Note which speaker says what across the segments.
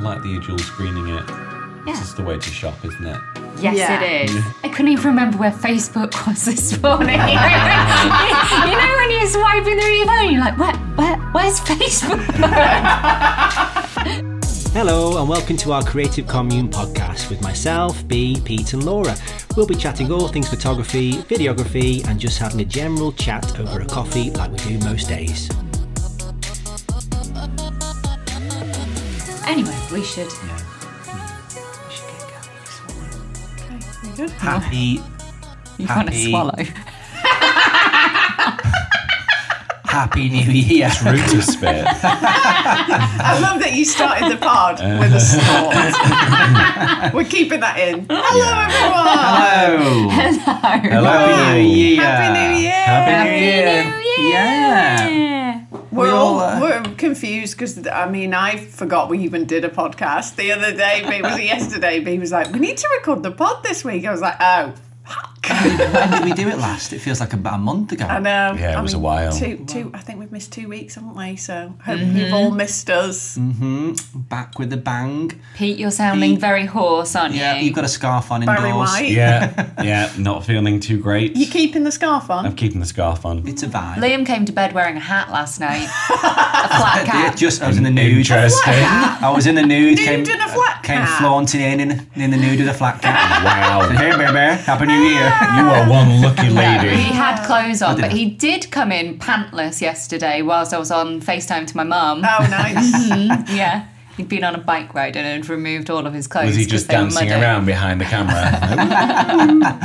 Speaker 1: like that you're dual screening it. This
Speaker 2: Yeah.
Speaker 1: is the way to shop, isn't it?
Speaker 2: Yes,
Speaker 3: Yeah.
Speaker 2: it is. I couldn't even remember where Facebook was this morning. you know when you're swiping through your phone, you're like, where, where, where's Facebook?
Speaker 4: Hello, and welcome to our Creative Commune podcast with myself, B, Pete, and Laura. We'll be chatting all things photography, videography, and just having a general chat over a coffee like we do most days.
Speaker 2: anyway, we should. we should get going. Swallow.
Speaker 4: Happy,
Speaker 2: You want to
Speaker 4: Happy-
Speaker 2: swallow?
Speaker 4: happy new year.
Speaker 1: Root to spit.
Speaker 3: I love that you started the pod with a snort. We're keeping that in. Hello, everyone.
Speaker 5: Hello.
Speaker 2: Hello.
Speaker 5: Happy New Year.
Speaker 3: Happy New Year.
Speaker 5: Happy New Year. Yeah.
Speaker 2: Yeah.
Speaker 3: We're
Speaker 5: We
Speaker 3: all
Speaker 5: all, uh,
Speaker 3: we're confused because I mean I forgot we even did a podcast the other day. But it was yesterday. But he was like, "We need to record the pod this week." I was like, "Oh, fuck!"
Speaker 5: when did we do it last? It feels like about a month ago.
Speaker 3: I know.
Speaker 1: Yeah, it
Speaker 3: I
Speaker 1: was a while. Mm-hmm.
Speaker 3: Two, two. I think we've missed two weeks, haven't we? So hope you've all missed us.
Speaker 1: Mm.
Speaker 4: Mm,
Speaker 5: Back with a bang.
Speaker 2: Pete, you're sounding
Speaker 5: Pete.
Speaker 2: very hoarse, aren't
Speaker 5: Yeah,
Speaker 2: you?
Speaker 5: you've got a scarf on indoors.
Speaker 3: Barry White,
Speaker 1: yeah, yeah, not feeling too great.
Speaker 3: you keeping the scarf on?
Speaker 1: I'm keeping the scarf on.
Speaker 5: It's a vibe.
Speaker 2: Liam came to bed wearing a hat last night. a flat
Speaker 5: Yeah,
Speaker 2: cap.
Speaker 5: just I was in the nude.
Speaker 1: Interesting.
Speaker 5: I was in the
Speaker 3: Nude
Speaker 5: nude. came,
Speaker 3: in a flat
Speaker 5: Came
Speaker 3: cap.
Speaker 5: flaunting in, in in the nude with a flat cap.
Speaker 1: wow.
Speaker 5: hey, baby, happy New Year.
Speaker 1: You are one lucky
Speaker 2: He
Speaker 1: lady.
Speaker 2: had clothes on, but
Speaker 5: didn't.
Speaker 2: he did come in pantless yesterday whilst I was on FaceTime to my mum.
Speaker 3: Oh, nice.
Speaker 2: Yeah. He'd been on a bike ride and had removed all of his clothes.
Speaker 1: Was he
Speaker 2: 'cause
Speaker 1: just
Speaker 2: they were
Speaker 1: dancing
Speaker 2: muddy.
Speaker 1: around behind the camera?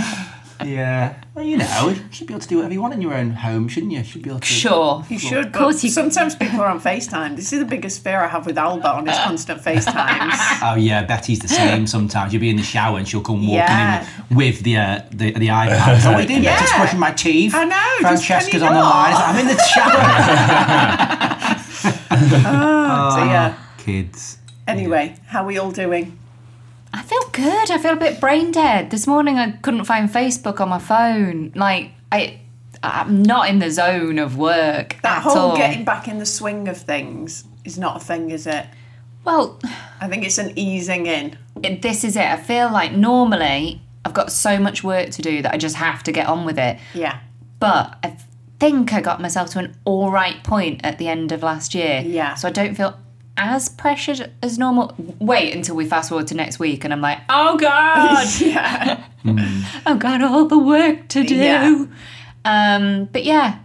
Speaker 5: yeah. Well, you know, you should be able to do whatever you want in your own home, shouldn't you? Should be able to.
Speaker 2: Sure.
Speaker 3: You should. Of
Speaker 2: course you-
Speaker 3: Sometimes people are on FaceTime. This is the biggest fear I have with Albert on his constant
Speaker 2: Ah.
Speaker 3: FaceTimes.
Speaker 5: Oh yeah, Betty's the same. Sometimes you'll be in the shower and she'll come walking
Speaker 3: Yeah.
Speaker 5: in with the uh, the, the iPad. It's like, what are you doing? Betty's
Speaker 3: Yeah.
Speaker 5: brushing my teeth.
Speaker 3: I know, just can
Speaker 5: Francesca's
Speaker 3: you
Speaker 5: on the
Speaker 3: not?
Speaker 5: line. It's like, I'm in the shower.
Speaker 3: so yeah.
Speaker 5: Kids.
Speaker 3: Anyway, how are we all doing?
Speaker 2: I feel good. I feel a bit brain dead. This morning I couldn't find Facebook on my phone. Like I, I'm not in the zone of work
Speaker 3: That
Speaker 2: at
Speaker 3: whole
Speaker 2: all.
Speaker 3: getting back in the swing of things is not a thing, is it?
Speaker 2: Well,
Speaker 3: I think it's an easing in.
Speaker 2: it- this is it. I feel like normally I've got so much work to do that I just have to get on with it.
Speaker 3: Yeah.
Speaker 2: But I think I got myself to an all right point at the end of last year.
Speaker 3: Yeah.
Speaker 2: So I don't feel as pressured as normal. Wait until we fast forward to next week and I'm like, oh God,
Speaker 3: yeah.
Speaker 2: I've got all the work to do.
Speaker 3: Yeah.
Speaker 2: Um, but yeah,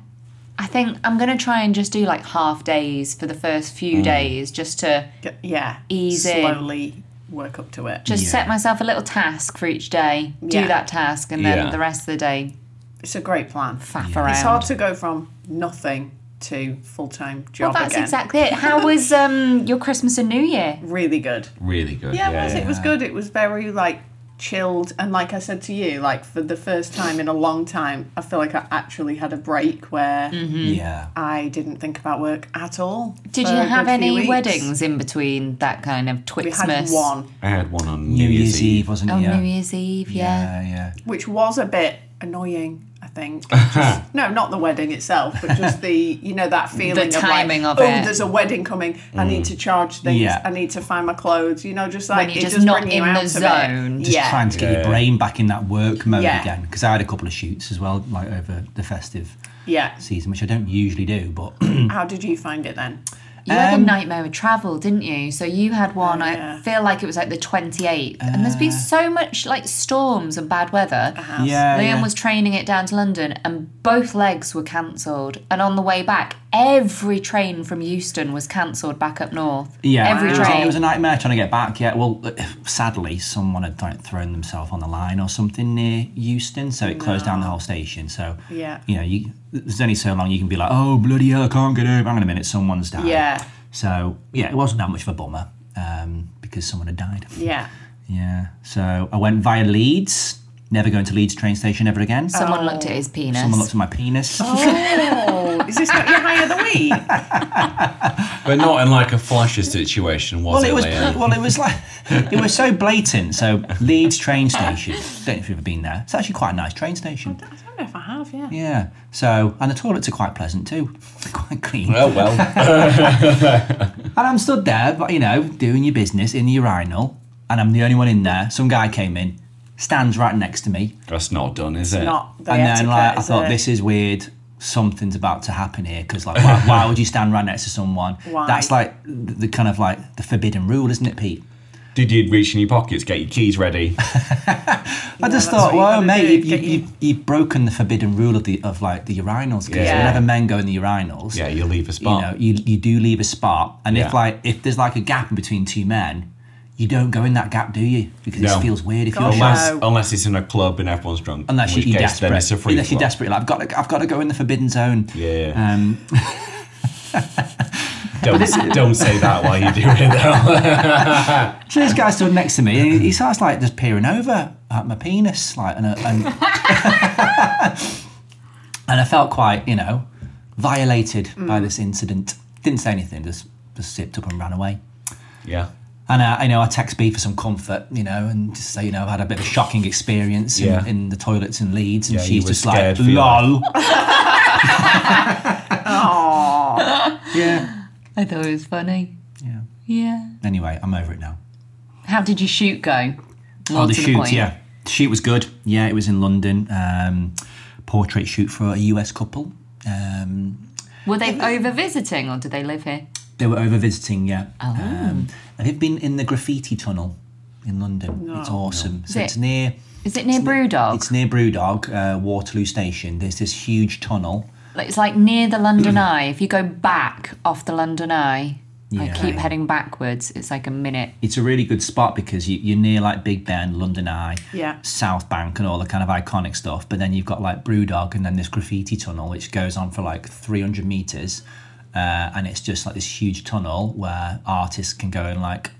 Speaker 2: I think I'm going to try and just do like half days for the first few
Speaker 3: Mm.
Speaker 2: days just to
Speaker 3: Yeah.
Speaker 2: Ease in.
Speaker 3: Slowly work up to it.
Speaker 2: just set myself a little task for each day, do
Speaker 3: Yeah.
Speaker 2: that task, and then
Speaker 1: Yeah.
Speaker 2: the rest of the day
Speaker 3: It's a great plan.
Speaker 2: faff
Speaker 3: It's
Speaker 2: around.
Speaker 3: hard to go from nothing to full time
Speaker 2: Well,
Speaker 3: job
Speaker 2: that's
Speaker 3: again.
Speaker 2: exactly it. How was um, your Christmas and New Year?
Speaker 3: really good.
Speaker 1: really good.
Speaker 3: Yeah, it was. It was good. It was very like chilled, and like I said to you, like for the first time in a long time, I feel like I actually had a break where
Speaker 5: Yeah.
Speaker 3: I didn't think about work at all.
Speaker 2: Mm-hmm. Did
Speaker 3: for
Speaker 2: you
Speaker 3: a
Speaker 2: have
Speaker 3: good few
Speaker 2: any
Speaker 3: weeks.
Speaker 2: weddings in between that kind of
Speaker 3: We
Speaker 2: Twixmas?
Speaker 3: had one,
Speaker 1: I had one on
Speaker 5: New Year's Eve, wasn't it?
Speaker 2: Oh,
Speaker 5: yeah.
Speaker 2: New Year's Eve, yeah.
Speaker 5: yeah, yeah.
Speaker 3: which was a bit annoying. I think. Just- no, not the wedding itself, but just the you know that feeling of
Speaker 2: timing
Speaker 3: like,
Speaker 2: of
Speaker 3: oh,
Speaker 2: it. Mm.
Speaker 3: there's a wedding coming. I need to charge things.
Speaker 5: Yeah.
Speaker 3: I need to find my clothes. You know, just like
Speaker 2: you're
Speaker 3: it
Speaker 2: just
Speaker 3: does
Speaker 2: not
Speaker 3: bring you
Speaker 2: in the
Speaker 3: out of it.
Speaker 2: zone.
Speaker 5: Just
Speaker 3: yeah.
Speaker 5: trying to get
Speaker 1: Yeah.
Speaker 5: your brain back in that work mode
Speaker 3: Yeah.
Speaker 5: again. Because I had a couple of shoots as well, like over the festive
Speaker 3: yeah.
Speaker 5: season, which I don't usually do, but
Speaker 2: Mm.
Speaker 3: How did you find it then?
Speaker 2: You had a
Speaker 5: Um,
Speaker 2: nightmare with travel, didn't you? So you had one. I
Speaker 3: yeah.
Speaker 2: feel like it was like the 28th, and there's been
Speaker 5: Uh.
Speaker 2: so much like storms and bad weather.
Speaker 5: yeah.
Speaker 2: Liam
Speaker 5: Uh, yeah.
Speaker 2: was training it down to London, and both legs were cancelled. And on the way back, every train from Euston was cancelled back up north.
Speaker 5: Yeah,
Speaker 2: every
Speaker 5: it, was,
Speaker 2: train.
Speaker 5: it was a nightmare trying to get back. Yeah, well, sadly, someone had like, thrown themselves on the line or something near Euston, so it closed down the whole station. So
Speaker 3: Yeah.
Speaker 5: you know, you, there's only so long you can be like, oh bloody hell, I can't get over. Hang on a minute, someone's died.
Speaker 3: Yeah.
Speaker 5: So yeah, it wasn't that much of a bummer um, because someone had died.
Speaker 3: Yeah.
Speaker 5: Yeah. So I went via Leeds.
Speaker 2: Oh,
Speaker 5: Never going to Leeds train station ever again.
Speaker 2: Someone looked at his penis.
Speaker 5: Someone looked at my penis.
Speaker 3: Oh, Is this not your high of the week?
Speaker 1: But not in like a flashy situation, was it,
Speaker 5: Well, it was.
Speaker 1: Liam?
Speaker 5: Well, it was like it was so blatant. So Leeds train station. Don't know if you've ever been there. It's actually quite a nice train station.
Speaker 3: I don't know if I have, yeah.
Speaker 5: Yeah. So and the toilets are quite pleasant too, quite clean.
Speaker 1: Oh well.
Speaker 5: And I'm stood there, but you know, doing your business in the urinal, and I'm the only one in there. Some guy came in, stands right next to me,
Speaker 1: That's not done, is it?
Speaker 3: Not the
Speaker 5: and then
Speaker 3: etiquette,
Speaker 5: like I
Speaker 3: is
Speaker 5: thought
Speaker 3: it?
Speaker 5: this is weird. Something's about to happen here because like why, why would you stand right next to someone?
Speaker 3: Why?
Speaker 5: That's like the, the kind of like the forbidden rule, isn't it, Pete?
Speaker 1: Did you reach in your pockets, get your keys ready?
Speaker 5: I
Speaker 3: that's
Speaker 5: just thought,
Speaker 3: what you
Speaker 5: well,
Speaker 3: gotta
Speaker 5: mate,
Speaker 3: do,
Speaker 5: you've, you,
Speaker 3: get your-
Speaker 5: you, you've broken the forbidden rule of the of like the urinals. 'cause
Speaker 1: Yeah.
Speaker 5: whenever men go in the urinals,
Speaker 1: Yeah, you leave a
Speaker 5: you
Speaker 1: spot.
Speaker 5: know, you, you do leave a spot, and
Speaker 1: Yeah.
Speaker 5: if like if there's like a gap in between two men, you don't go in that gap, do you? Because
Speaker 1: No.
Speaker 5: it feels weird if
Speaker 3: Gosh.
Speaker 5: you're
Speaker 1: unless,
Speaker 3: No.
Speaker 1: unless it's in a club and everyone's drunk.
Speaker 5: unless
Speaker 1: in
Speaker 5: you,
Speaker 1: which
Speaker 5: you're
Speaker 1: case,
Speaker 5: desperate.
Speaker 1: then it's a free
Speaker 5: unless you're
Speaker 1: for all.
Speaker 5: desperate, like, I've got to I've got to go in the forbidden zone.
Speaker 1: Yeah.
Speaker 5: Um,
Speaker 1: Don't, don't say that while you're doing it,
Speaker 5: so this guy stood next to me, and he, he starts like just peering over at my penis, like, and uh, and, and I felt quite, you know, violated by this incident. Didn't say anything, just just zipped up and ran away.
Speaker 1: though. yeah.
Speaker 5: And uh, you know, I text B for some comfort, you know, and just say, you know, I've had a bit of a shocking experience in,
Speaker 1: Yeah.
Speaker 5: in the toilets in Leeds, and
Speaker 1: Yeah, you
Speaker 5: she's
Speaker 1: were
Speaker 5: just
Speaker 1: scared
Speaker 5: like,
Speaker 1: for your
Speaker 5: lol. yeah.
Speaker 2: I thought it was funny.
Speaker 5: Yeah.
Speaker 2: Yeah.
Speaker 5: Anyway, I'm over it now.
Speaker 2: How did your shoot go?
Speaker 5: Oh,
Speaker 2: More
Speaker 5: the
Speaker 2: to
Speaker 5: shoot,
Speaker 2: point.
Speaker 5: yeah. The shoot was good. Yeah, it was in London. Um, portrait shoot for a US couple. Um,
Speaker 2: Were they over visiting or did they live here?
Speaker 5: they were over visiting, yeah.
Speaker 2: Oh.
Speaker 5: Um, have you been in the graffiti tunnel in London? It's awesome. So
Speaker 2: it-
Speaker 5: it's near.
Speaker 2: Is it near Brewdog?
Speaker 5: It's near Brewdog, uh, Waterloo Station. There's this huge tunnel.
Speaker 2: Like, It's like near the
Speaker 5: Mm.
Speaker 2: London Eye. If you go back off the London Eye, I
Speaker 5: Yeah.
Speaker 2: keep heading backwards. It's like a minute.
Speaker 5: It's a really good spot because you, you're near like Big Ben, London Eye,
Speaker 3: Yeah.
Speaker 5: South Bank, and all the kind of iconic stuff. But then you've got like Brewdog and then this graffiti tunnel, which goes on for like 300 meters. Uh, and it's just like this huge tunnel where artists can go and like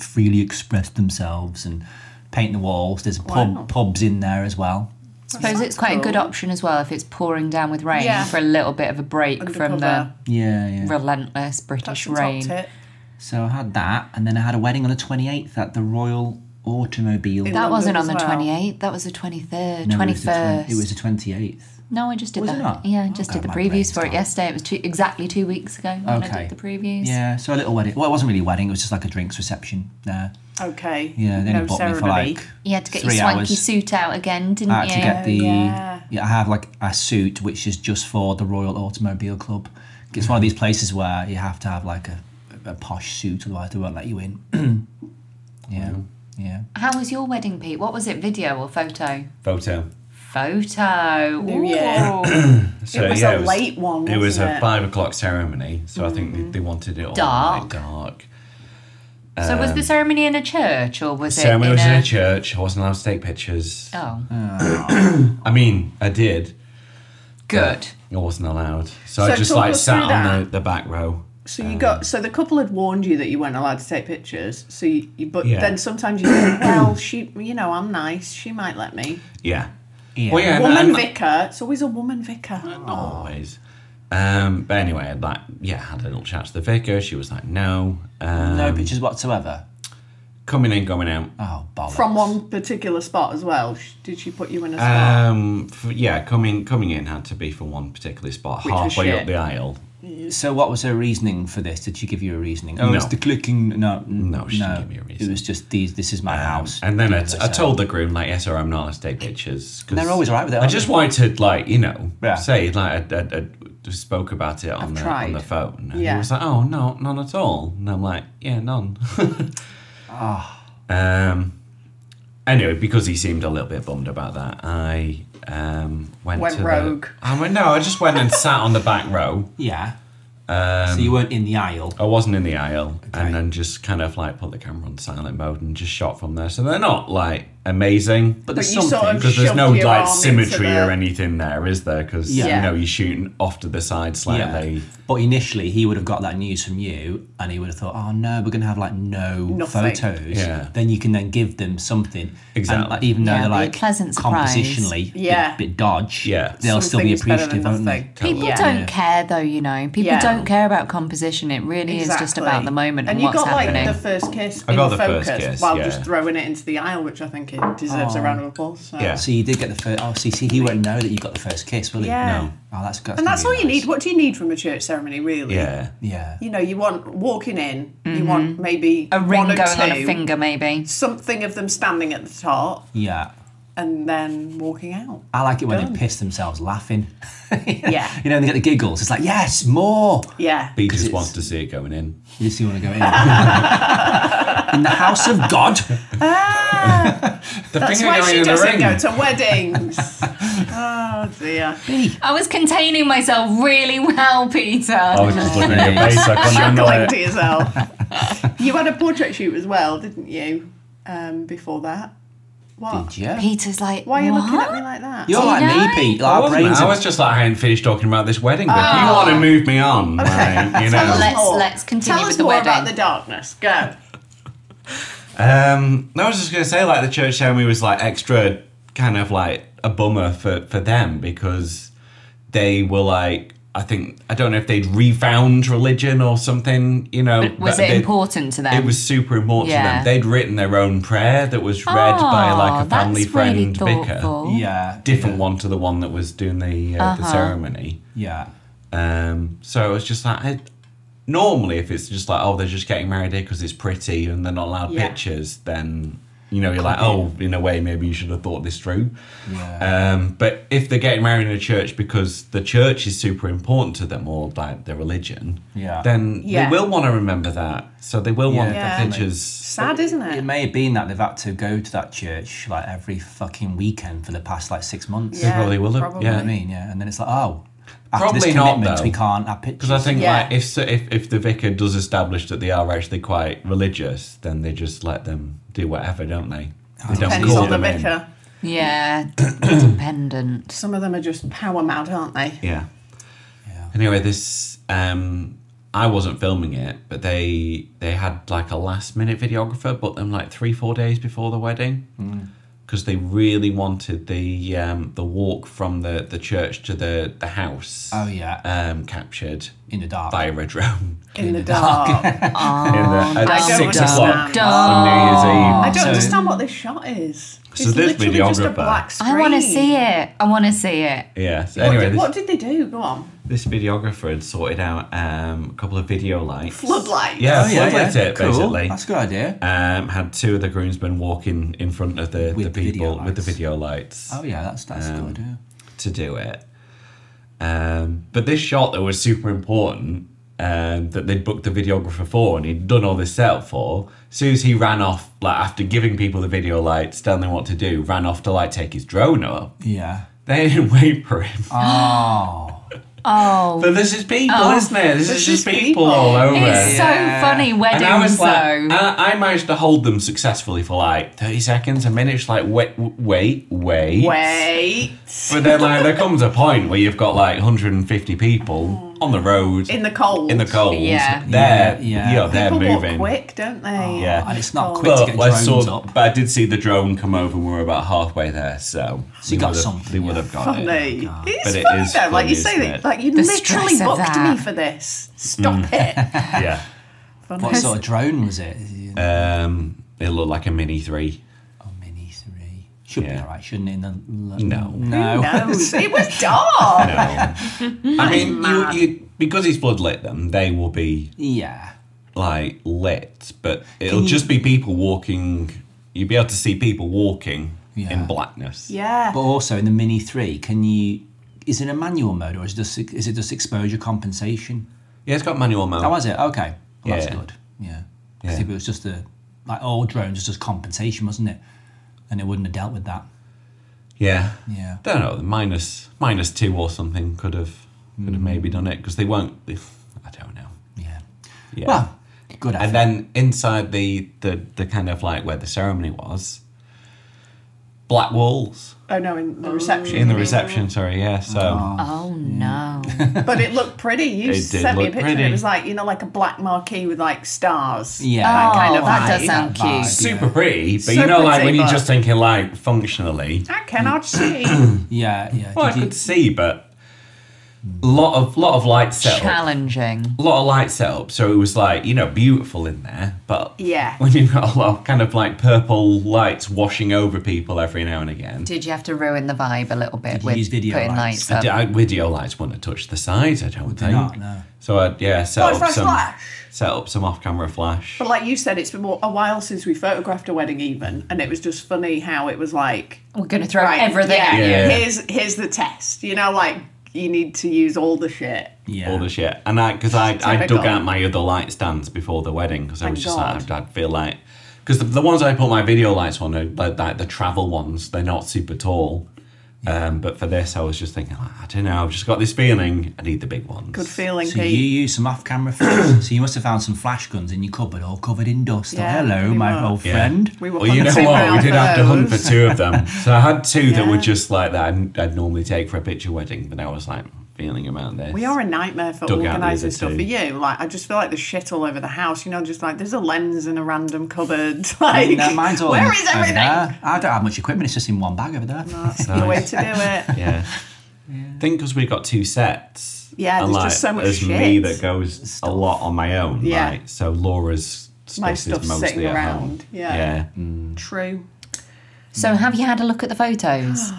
Speaker 5: freely express themselves and paint the walls. There's pub, pubs in there as well.
Speaker 2: I suppose it's quite a good option as well if it's pouring down with rain
Speaker 3: Yeah.
Speaker 2: for a little bit of a break from the
Speaker 3: Undercover.
Speaker 5: Yeah, yeah.
Speaker 2: relentless British
Speaker 3: That's a top
Speaker 2: rain.
Speaker 3: tip.
Speaker 5: So I had that, and then I had a wedding on the 28th at the Royal Automobile.
Speaker 2: That
Speaker 3: London
Speaker 2: wasn't on
Speaker 3: as
Speaker 2: the
Speaker 3: well.
Speaker 2: 28th, that was the 23rd,
Speaker 5: No, it was the twen-
Speaker 2: 21st.
Speaker 5: It was the 28th.
Speaker 2: no, I just did
Speaker 5: Was
Speaker 2: that.
Speaker 5: it not?
Speaker 2: Yeah, I just
Speaker 5: Okay,
Speaker 2: did the
Speaker 5: my
Speaker 2: previews
Speaker 5: brain's
Speaker 2: for it
Speaker 5: tired.
Speaker 2: yesterday. It was two, exactly two weeks ago when I
Speaker 5: Okay.
Speaker 2: did the previews.
Speaker 5: Yeah, so a little wedding. Well, it wasn't really a wedding. It was just like a drinks reception there.
Speaker 3: Okay.
Speaker 5: Yeah, they only
Speaker 3: no
Speaker 5: booked me for
Speaker 3: ceremony.
Speaker 5: like
Speaker 2: You had to get
Speaker 5: three
Speaker 2: your swanky
Speaker 5: hours.
Speaker 2: suit out again, didn't
Speaker 5: I had
Speaker 2: you?
Speaker 5: to get the.
Speaker 3: yeah.
Speaker 5: Yeah. I have like a suit which is just for the Royal Automobile Club. It's one of these places where you have to have like a, a posh suit, otherwise they won't let you in. yeah, yeah.
Speaker 2: How was your wedding, Pete? What was it, video or photo?
Speaker 1: Photo.
Speaker 2: Photo. Ooh.
Speaker 3: Yeah.
Speaker 1: So,
Speaker 3: It was
Speaker 1: yeah,
Speaker 3: a late one,
Speaker 1: It was
Speaker 3: wasn't
Speaker 1: a
Speaker 3: it? Mm.
Speaker 1: five o'clock ceremony, so I think they, they wanted it all
Speaker 2: Dark.
Speaker 1: like, dark.
Speaker 2: So was the ceremony in a church or was
Speaker 1: Um, ceremony
Speaker 2: it
Speaker 1: was in a church. Uh, I wasn't allowed to take pictures.
Speaker 2: Oh,
Speaker 1: I mean, I did.
Speaker 2: good.
Speaker 1: I wasn't allowed. So, I
Speaker 3: So
Speaker 1: just
Speaker 3: talk
Speaker 1: like
Speaker 3: us
Speaker 1: sat
Speaker 3: through
Speaker 1: on the,
Speaker 3: that.
Speaker 1: the back row.
Speaker 3: So you got so the couple had warned you that you weren't allowed to take pictures. So you, you but
Speaker 1: Yeah.
Speaker 3: then sometimes you think, well, she, you know, I'm nice. She might let me.
Speaker 1: Yeah.
Speaker 5: Yeah.
Speaker 1: Well, yeah, and-
Speaker 3: Woman
Speaker 1: and-
Speaker 3: vicar. It's always a woman
Speaker 5: Oh.
Speaker 3: vicar.
Speaker 1: Not always. Um, but anyway, I'd like, yeah, had a little chat to the vicar. She was like, no. Um,
Speaker 5: No pictures whatsoever.
Speaker 1: Coming in, going out.
Speaker 5: Oh, bollocks.
Speaker 3: From one particular spot as well. Sh- Did she put you in a
Speaker 5: Oh. Uh,
Speaker 3: spot?
Speaker 1: Um, f yeah, coming coming in had to be from one particular spot,
Speaker 3: was
Speaker 1: halfway
Speaker 3: shit.
Speaker 1: up the aisle.
Speaker 5: So, what was her reasoning for this? Did she give you a reasoning? Oh,
Speaker 1: No.
Speaker 5: it's the clicking. No, n-
Speaker 1: No, she didn't give me a reason. Um,
Speaker 5: It was just these. This is my house.
Speaker 1: And then I,
Speaker 5: Deal
Speaker 1: t-
Speaker 5: with
Speaker 1: I
Speaker 5: it.
Speaker 1: told the groom, like, yes, sir, I'm not allowed to take pictures. 'cause
Speaker 5: They're always right with it,
Speaker 1: I
Speaker 5: aren't
Speaker 1: just
Speaker 5: they?
Speaker 1: wanted, like, you know,
Speaker 5: Yeah.
Speaker 1: say, like, I, I, I just spoke about it on, the, on
Speaker 3: tried.
Speaker 1: the phone. And he
Speaker 3: Yeah.
Speaker 1: was like, oh, no, none at all. And I'm like, yeah, none.
Speaker 5: Ah.
Speaker 1: Um, anyway, because he seemed a little bit bummed about that, I um, went,
Speaker 3: Went
Speaker 1: to the-
Speaker 3: rogue.
Speaker 1: I went, no, I just went and sat on the back row.
Speaker 5: Yeah.
Speaker 1: Um,
Speaker 5: so you weren't in the aisle.
Speaker 1: I wasn't in the aisle,
Speaker 5: Okay.
Speaker 1: and then just kind of like put the camera on silent mode and just shot from there. So they're not like amazing.
Speaker 5: But there's
Speaker 3: you
Speaker 5: something.
Speaker 3: sort of-
Speaker 1: because there's
Speaker 3: Shoved
Speaker 1: no
Speaker 3: your
Speaker 1: like
Speaker 3: arm into
Speaker 1: symmetry
Speaker 3: the-
Speaker 1: or anything there, is there? Because
Speaker 3: Yeah.
Speaker 1: you know you're shooting off to the side slightly.
Speaker 5: Yeah. But initially, he would have got that news from you, and he would have thought, "Oh no, we're going to have like no
Speaker 3: Nothing.
Speaker 5: photos."
Speaker 1: Yeah.
Speaker 5: Then you can then give them something.
Speaker 1: Exactly.
Speaker 5: And, like, even though
Speaker 2: Yeah,
Speaker 5: they're
Speaker 2: be a
Speaker 5: like
Speaker 2: pleasant surprise.
Speaker 5: compositionally,
Speaker 3: Yeah.
Speaker 5: bit, bit dodge.
Speaker 1: Yeah.
Speaker 5: They'll still be
Speaker 3: Something's better than
Speaker 5: appreciative, won't they?
Speaker 3: nothing.
Speaker 2: People
Speaker 3: Yeah.
Speaker 2: don't care though, you know. People
Speaker 3: Yeah.
Speaker 2: don't care about composition. It really is just about the moment and,
Speaker 3: you
Speaker 2: what's
Speaker 3: got like
Speaker 2: happening.
Speaker 3: the first kiss
Speaker 1: I
Speaker 3: in
Speaker 1: got the
Speaker 3: focus
Speaker 1: first kiss,
Speaker 3: while
Speaker 1: yeah.
Speaker 3: just throwing it into the aisle, which I think it deserves a round of applause. So.
Speaker 1: Yeah.
Speaker 5: So you did get the first. Oh, see, see, he won't know that you got the first kiss, will he?
Speaker 3: Yeah.
Speaker 5: No. Oh, that's good.
Speaker 3: And that's all
Speaker 5: gonna
Speaker 3: you
Speaker 5: be
Speaker 3: need. What do you need from a church ceremony, really?
Speaker 1: Yeah.
Speaker 5: nice. Yeah.
Speaker 3: You know, you want walking in, you want maybe
Speaker 2: Mm-hmm. a ring
Speaker 3: one or
Speaker 2: going on a
Speaker 3: two,
Speaker 2: finger, maybe.
Speaker 3: something of them standing at the top,
Speaker 5: Yeah.
Speaker 3: and then walking out.
Speaker 5: I like it when
Speaker 3: Done.
Speaker 5: they piss themselves laughing.
Speaker 3: Yeah.
Speaker 5: You know, and they get the giggles. It's like, yes, more.
Speaker 3: Yeah.
Speaker 1: He just
Speaker 5: it's-
Speaker 1: wants to see it going in.
Speaker 5: You just want to go in. in the house of God.
Speaker 1: The
Speaker 3: That's why she doesn't go to weddings. oh dear.
Speaker 2: I was containing myself really well, Peter.
Speaker 1: I was just looking at your face. I couldn't handle
Speaker 3: Chuckling to
Speaker 1: it.
Speaker 3: yourself. you had a portrait shoot as well, didn't you? Um, before that. What?
Speaker 5: Did you?
Speaker 2: Peter's like,
Speaker 3: Why are you looking at
Speaker 2: "What?"
Speaker 3: me like that?
Speaker 5: You're
Speaker 2: Do you
Speaker 5: like
Speaker 2: know?
Speaker 5: me, Pete.
Speaker 1: I,
Speaker 5: Like, our
Speaker 1: wasn't.
Speaker 5: brains
Speaker 1: I
Speaker 5: are-
Speaker 1: was just like, I hadn't finished talking about this wedding. But if you
Speaker 3: Oh.
Speaker 1: want to move me on, like, you know.
Speaker 3: us
Speaker 2: Let's
Speaker 3: more.
Speaker 2: let's continue
Speaker 3: Tell
Speaker 2: with
Speaker 3: us
Speaker 2: the
Speaker 3: more
Speaker 2: wedding.
Speaker 3: about the darkness. Go.
Speaker 1: Um, no, I was just gonna say like the church ceremony was like extra kind of like a bummer for for them because they were like I think I don't know if they'd refound religion or something, you know.
Speaker 2: But was
Speaker 1: but
Speaker 2: it
Speaker 1: they-
Speaker 2: important to them?
Speaker 1: It was super important
Speaker 2: Yeah.
Speaker 1: to them. They'd written their own prayer that was read by like
Speaker 2: Oh,
Speaker 1: a family
Speaker 2: that's really
Speaker 1: friend vicar.
Speaker 2: thoughtful. Uh-huh.
Speaker 5: Yeah.
Speaker 1: Different
Speaker 5: yeah,
Speaker 1: one to the one that was doing the uh, the ceremony.
Speaker 5: Yeah.
Speaker 1: Um, so it was just like, I, normally, if it's just like, oh, they're just getting married here because it's pretty and they're not allowed
Speaker 3: Yeah.
Speaker 1: pictures, then you know you're like, oh, in a way, maybe you should have thought this through.
Speaker 5: Yeah.
Speaker 1: Um, but if they're getting married in a church because the church is super important to them or like their religion,
Speaker 5: Yeah.
Speaker 1: then they
Speaker 3: Yeah.
Speaker 1: will want to remember that. So they will want
Speaker 5: Yeah.
Speaker 1: the
Speaker 3: Yeah.
Speaker 1: pictures.
Speaker 3: Sad, isn't it?
Speaker 5: It may have been that they've had to go to that church like every fucking weekend for the past like six months.
Speaker 1: They probably will have,
Speaker 5: You know
Speaker 1: yeah.
Speaker 5: what I mean? Yeah. And then it's like, oh, after this
Speaker 1: Probably not,
Speaker 5: commitment,
Speaker 1: though.
Speaker 5: we can't have pictures.
Speaker 1: Because I think
Speaker 3: Yeah.
Speaker 1: like if, so- if if the vicar does establish that they are actually quite religious, then they just let them do whatever, don't they? They don't
Speaker 3: Depends on the
Speaker 1: them in.
Speaker 3: vicar.
Speaker 2: Yeah, dependent.
Speaker 3: Some of them are just power mad, aren't they?
Speaker 1: Yeah.
Speaker 5: Yeah.
Speaker 1: Anyway, this um I wasn't filming it, but they they had like a last minute videographer booked them like three four days before the wedding
Speaker 5: Mm.
Speaker 1: because they really wanted the um the walk from the the church to the the house.
Speaker 5: Oh, yeah.
Speaker 1: Um, captured
Speaker 5: In the dark.
Speaker 1: by a drone.
Speaker 3: In the dark.
Speaker 1: in the, at
Speaker 3: I don't
Speaker 1: six
Speaker 3: understand.
Speaker 1: o'clock
Speaker 5: Oh.
Speaker 1: on New
Speaker 3: I
Speaker 1: Year's Eve.
Speaker 3: don't
Speaker 5: So-
Speaker 3: understand what this shot is. It's
Speaker 1: So this
Speaker 3: literally just a
Speaker 1: videographer-
Speaker 3: black screen.
Speaker 2: Oh, I want to see it. I want to see it.
Speaker 1: Yeah. So
Speaker 3: What
Speaker 1: anyway,
Speaker 3: did-
Speaker 1: this,
Speaker 3: what did they do? Go on.
Speaker 1: this videographer had sorted out um, a couple of video lights.
Speaker 3: Floodlights.
Speaker 1: Yeah,
Speaker 5: Oh, yeah,
Speaker 1: floodlights
Speaker 5: yeah.
Speaker 1: it
Speaker 5: Cool.
Speaker 1: basically.
Speaker 5: That's a good idea.
Speaker 1: um, had two of the groomsmen walking in front of the,
Speaker 5: With
Speaker 1: the
Speaker 5: the video
Speaker 1: people with the
Speaker 5: lights.
Speaker 1: video lights
Speaker 5: Oh, yeah. That's, that's
Speaker 1: um,
Speaker 5: a good idea.
Speaker 1: to do it. Um, but this shot that was super important um, that they'd booked the videographer for and he'd done all this setup for, as soon as he ran off, like after giving people the video lights, telling them what to do, ran off to like take his drone up,
Speaker 5: Yeah.
Speaker 1: they didn't wait for him.
Speaker 5: Oh.
Speaker 2: Oh,
Speaker 1: But this is people, isn't it? This, is
Speaker 3: is
Speaker 1: just people,
Speaker 3: people.
Speaker 1: all over.
Speaker 2: it's
Speaker 5: Yeah.
Speaker 2: so funny weddings
Speaker 1: And I was like, and
Speaker 2: though.
Speaker 1: I, I managed to hold them successfully for like 30 seconds, a minute. Just like, wait, wait, wait.
Speaker 3: Wait.
Speaker 1: But then, like, there comes a point where you've got like 150 people on the road
Speaker 3: In the cold.
Speaker 1: in the cold.
Speaker 2: Yeah.
Speaker 1: They're,
Speaker 5: Yeah, yeah.
Speaker 1: yeah. you know, they're
Speaker 3: People
Speaker 1: moving. Oh,
Speaker 3: walk quick, don't they?
Speaker 1: Yeah.
Speaker 5: And it's not quick to
Speaker 1: But,
Speaker 5: get
Speaker 1: I
Speaker 5: drones
Speaker 1: saw,
Speaker 5: up.
Speaker 1: but I did see the drone come over and we were about halfway there, so.
Speaker 5: So
Speaker 1: they
Speaker 5: you got
Speaker 1: would have-
Speaker 5: something,
Speaker 1: They would
Speaker 5: yeah.
Speaker 1: have got
Speaker 3: Funny.
Speaker 1: it.
Speaker 3: It's
Speaker 1: Oh, But it
Speaker 3: funny
Speaker 1: is
Speaker 3: though. Like
Speaker 1: funny,
Speaker 3: you say
Speaker 1: isn't
Speaker 3: that.
Speaker 1: it? Mm.
Speaker 3: Like you
Speaker 2: The
Speaker 3: literally
Speaker 2: stress of
Speaker 3: booked
Speaker 2: that.
Speaker 3: me for this. Stop it.
Speaker 1: Yeah.
Speaker 5: What sort of drone was it? Is it a
Speaker 1: Um, it looked like a mini three.
Speaker 5: Mini 3. Should be
Speaker 1: Yeah.
Speaker 5: alright, shouldn't it? In the
Speaker 1: No.
Speaker 5: l- No.
Speaker 3: No, it was dark.
Speaker 1: I mean, you, you, because it's bloodlit, then they will be
Speaker 5: Yeah.
Speaker 1: like lit, but it'll just be people walking. You'll be able to see people walking
Speaker 5: Yeah.
Speaker 1: in blackness.
Speaker 3: Yeah.
Speaker 5: But also in the Mini 3, can you. Is it a manual mode or is it just, is it just exposure compensation?
Speaker 1: Yeah, it's got manual mode.
Speaker 5: Oh, was it? Okay.
Speaker 1: Yeah.
Speaker 5: Well, That's good. Yeah. 'Cause
Speaker 1: Yeah.
Speaker 5: if it was just a. Like all drones, it's just compensation, wasn't it? And it wouldn't have dealt with that.
Speaker 1: yeah.
Speaker 5: Yeah.
Speaker 1: Don't know. The minus minus two or something could have could have maybe
Speaker 5: Hmm.
Speaker 1: done it because they won't. They, I don't know.
Speaker 5: Yeah.
Speaker 1: Yeah.
Speaker 5: Well, good effort.
Speaker 1: and then inside the, the the kind of like where the ceremony was, Black Walls
Speaker 3: Oh no, in the reception.
Speaker 1: in the reception. Sorry, yeah. So
Speaker 2: Oh
Speaker 1: Mm.
Speaker 2: no.
Speaker 3: But it looked pretty. You
Speaker 1: It did
Speaker 3: sent me a
Speaker 1: look
Speaker 3: picture. and It
Speaker 1: pretty.
Speaker 3: was like you know, like a black marquee with like stars. Uh,
Speaker 5: Yeah.
Speaker 3: that kind
Speaker 2: Oh,
Speaker 3: of
Speaker 2: that does
Speaker 3: vibe.
Speaker 2: sound
Speaker 5: That
Speaker 2: cute.
Speaker 5: vibe.
Speaker 1: super pretty, but
Speaker 3: So
Speaker 1: you know, like
Speaker 3: pretty,
Speaker 1: when you're
Speaker 3: but-
Speaker 1: just thinking like functionally.
Speaker 3: I cannot see.
Speaker 1: Mm.
Speaker 5: Yeah, yeah.
Speaker 1: Well, I
Speaker 5: Did you-
Speaker 1: could see, but lot of lot of light setup.
Speaker 2: Challenging.
Speaker 1: lot of light setup, so it was like you know beautiful in there, but
Speaker 3: Yeah.
Speaker 1: when you've got a lot of kind of like purple lights washing over people every now and again.
Speaker 2: Did you have to ruin the vibe a little bit
Speaker 5: you
Speaker 2: with
Speaker 5: use video
Speaker 2: putting lights,
Speaker 5: lights?
Speaker 1: I
Speaker 2: up?
Speaker 1: d- I- video lights wouldn't have touched the sides, I don't think.
Speaker 5: not, no.
Speaker 1: So I yeah set
Speaker 3: What, for
Speaker 1: up
Speaker 3: a
Speaker 1: some
Speaker 3: flash?
Speaker 1: set up some off camera flash.
Speaker 3: But like you said, it's been a while since we photographed a wedding, even, and it was just funny how it was like
Speaker 2: We're gonna throw
Speaker 3: right,
Speaker 2: everything
Speaker 3: Yeah,
Speaker 2: at you.
Speaker 1: Yeah.
Speaker 3: Here's here's the test. You know, like you need to use all the shit.
Speaker 5: yeah.
Speaker 1: All the shit, and I because I, I
Speaker 3: Typical.
Speaker 1: dug out my other light stands before the wedding because I
Speaker 3: Thank
Speaker 1: was just
Speaker 3: God.
Speaker 1: like I, I feel like because the, the ones I put my video lights on are like, like the travel ones they're not super tall, um, but for this I was just thinking like, I don't know I've just got this feeling I need the big ones.
Speaker 3: Good feeling,
Speaker 5: So you
Speaker 3: Pete.
Speaker 5: use some off-camera footage. so you must have found some flash guns in your cupboard, all covered in dust. Oh,
Speaker 3: Yeah,
Speaker 5: hello,
Speaker 3: pretty
Speaker 5: my
Speaker 3: much.
Speaker 5: old
Speaker 1: Yeah.
Speaker 5: friend.
Speaker 3: We were
Speaker 1: Well, you know
Speaker 3: hunting
Speaker 1: what?
Speaker 3: around
Speaker 1: We did have to hunt for
Speaker 3: those.
Speaker 1: two of them. So I had two that were
Speaker 3: Yeah.
Speaker 1: just like that I'd, I'd normally take for a picture wedding, but I was like feeling about this.
Speaker 3: We are a nightmare for
Speaker 1: Dug out the
Speaker 3: organising
Speaker 1: other
Speaker 3: stuff
Speaker 1: two.
Speaker 3: for you. Like, I just feel like there's shit all over the house. You know, just like there's a lens in a random cupboard. Like,
Speaker 5: No, mine's all
Speaker 3: where
Speaker 5: in-
Speaker 3: is
Speaker 5: over
Speaker 3: everything?
Speaker 5: there. I don't have much equipment. It's just in one bag over there.
Speaker 3: That's the way to do it.
Speaker 1: Yeah. I think because we got two sets.
Speaker 3: Yeah,
Speaker 1: and,
Speaker 3: there's just so much
Speaker 1: there's me
Speaker 3: shit.
Speaker 1: that goes a lot on my own.
Speaker 3: Yeah.
Speaker 1: Like, so Laura's stuff
Speaker 3: My
Speaker 1: is
Speaker 3: stuff's
Speaker 1: mostly
Speaker 3: sitting
Speaker 1: at
Speaker 3: around,
Speaker 1: home.
Speaker 3: yeah.
Speaker 1: Yeah.
Speaker 3: True.
Speaker 2: So have you had a look at the photos?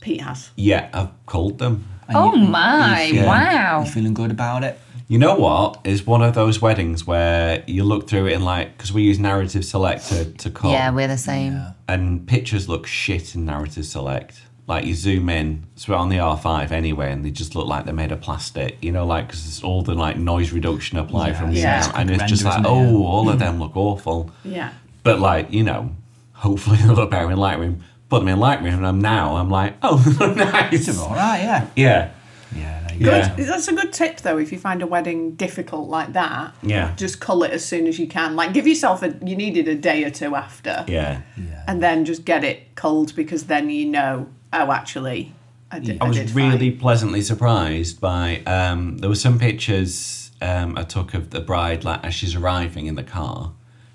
Speaker 3: Pete has.
Speaker 1: Yeah, I've called them.
Speaker 5: And
Speaker 2: oh
Speaker 5: you-
Speaker 2: my,
Speaker 1: yeah.
Speaker 2: wow.
Speaker 5: You feeling good about it?
Speaker 1: You know what? It's one of those weddings where you look through it and like, because we use narrative select to, to call.
Speaker 2: Yeah, we're the same.
Speaker 1: and pictures look shit in narrative select. Like you zoom in, so we're on the R5 anyway, and they just look like they're made of plastic. You know, like because it's all the like noise reduction applied
Speaker 5: Yeah,
Speaker 1: from the
Speaker 3: yeah.
Speaker 1: sound, and it's just
Speaker 5: Render,
Speaker 1: like,
Speaker 5: isn't it?
Speaker 1: oh, all of them look awful.
Speaker 3: Yeah.
Speaker 1: But like you know, hopefully they look better in Lightroom. Put them in Lightroom, and I'm now I'm like, oh,
Speaker 5: You're
Speaker 1: nice.
Speaker 5: all right, yeah.
Speaker 1: Yeah,
Speaker 5: Yeah, there you go.
Speaker 1: yeah,
Speaker 3: Good. That's a good tip, though. If you find a wedding difficult like that,
Speaker 1: Yeah.
Speaker 3: just cull it as soon as you can. Like, give yourself a. You needed a day or two after,
Speaker 1: yeah.
Speaker 5: Yeah.
Speaker 3: and then just get it culled because then you know. Oh, actually, I did.
Speaker 1: I
Speaker 3: did
Speaker 1: was
Speaker 3: fine.
Speaker 1: really pleasantly surprised by um, there were some pictures um, I took of the bride like as she's arriving in the car,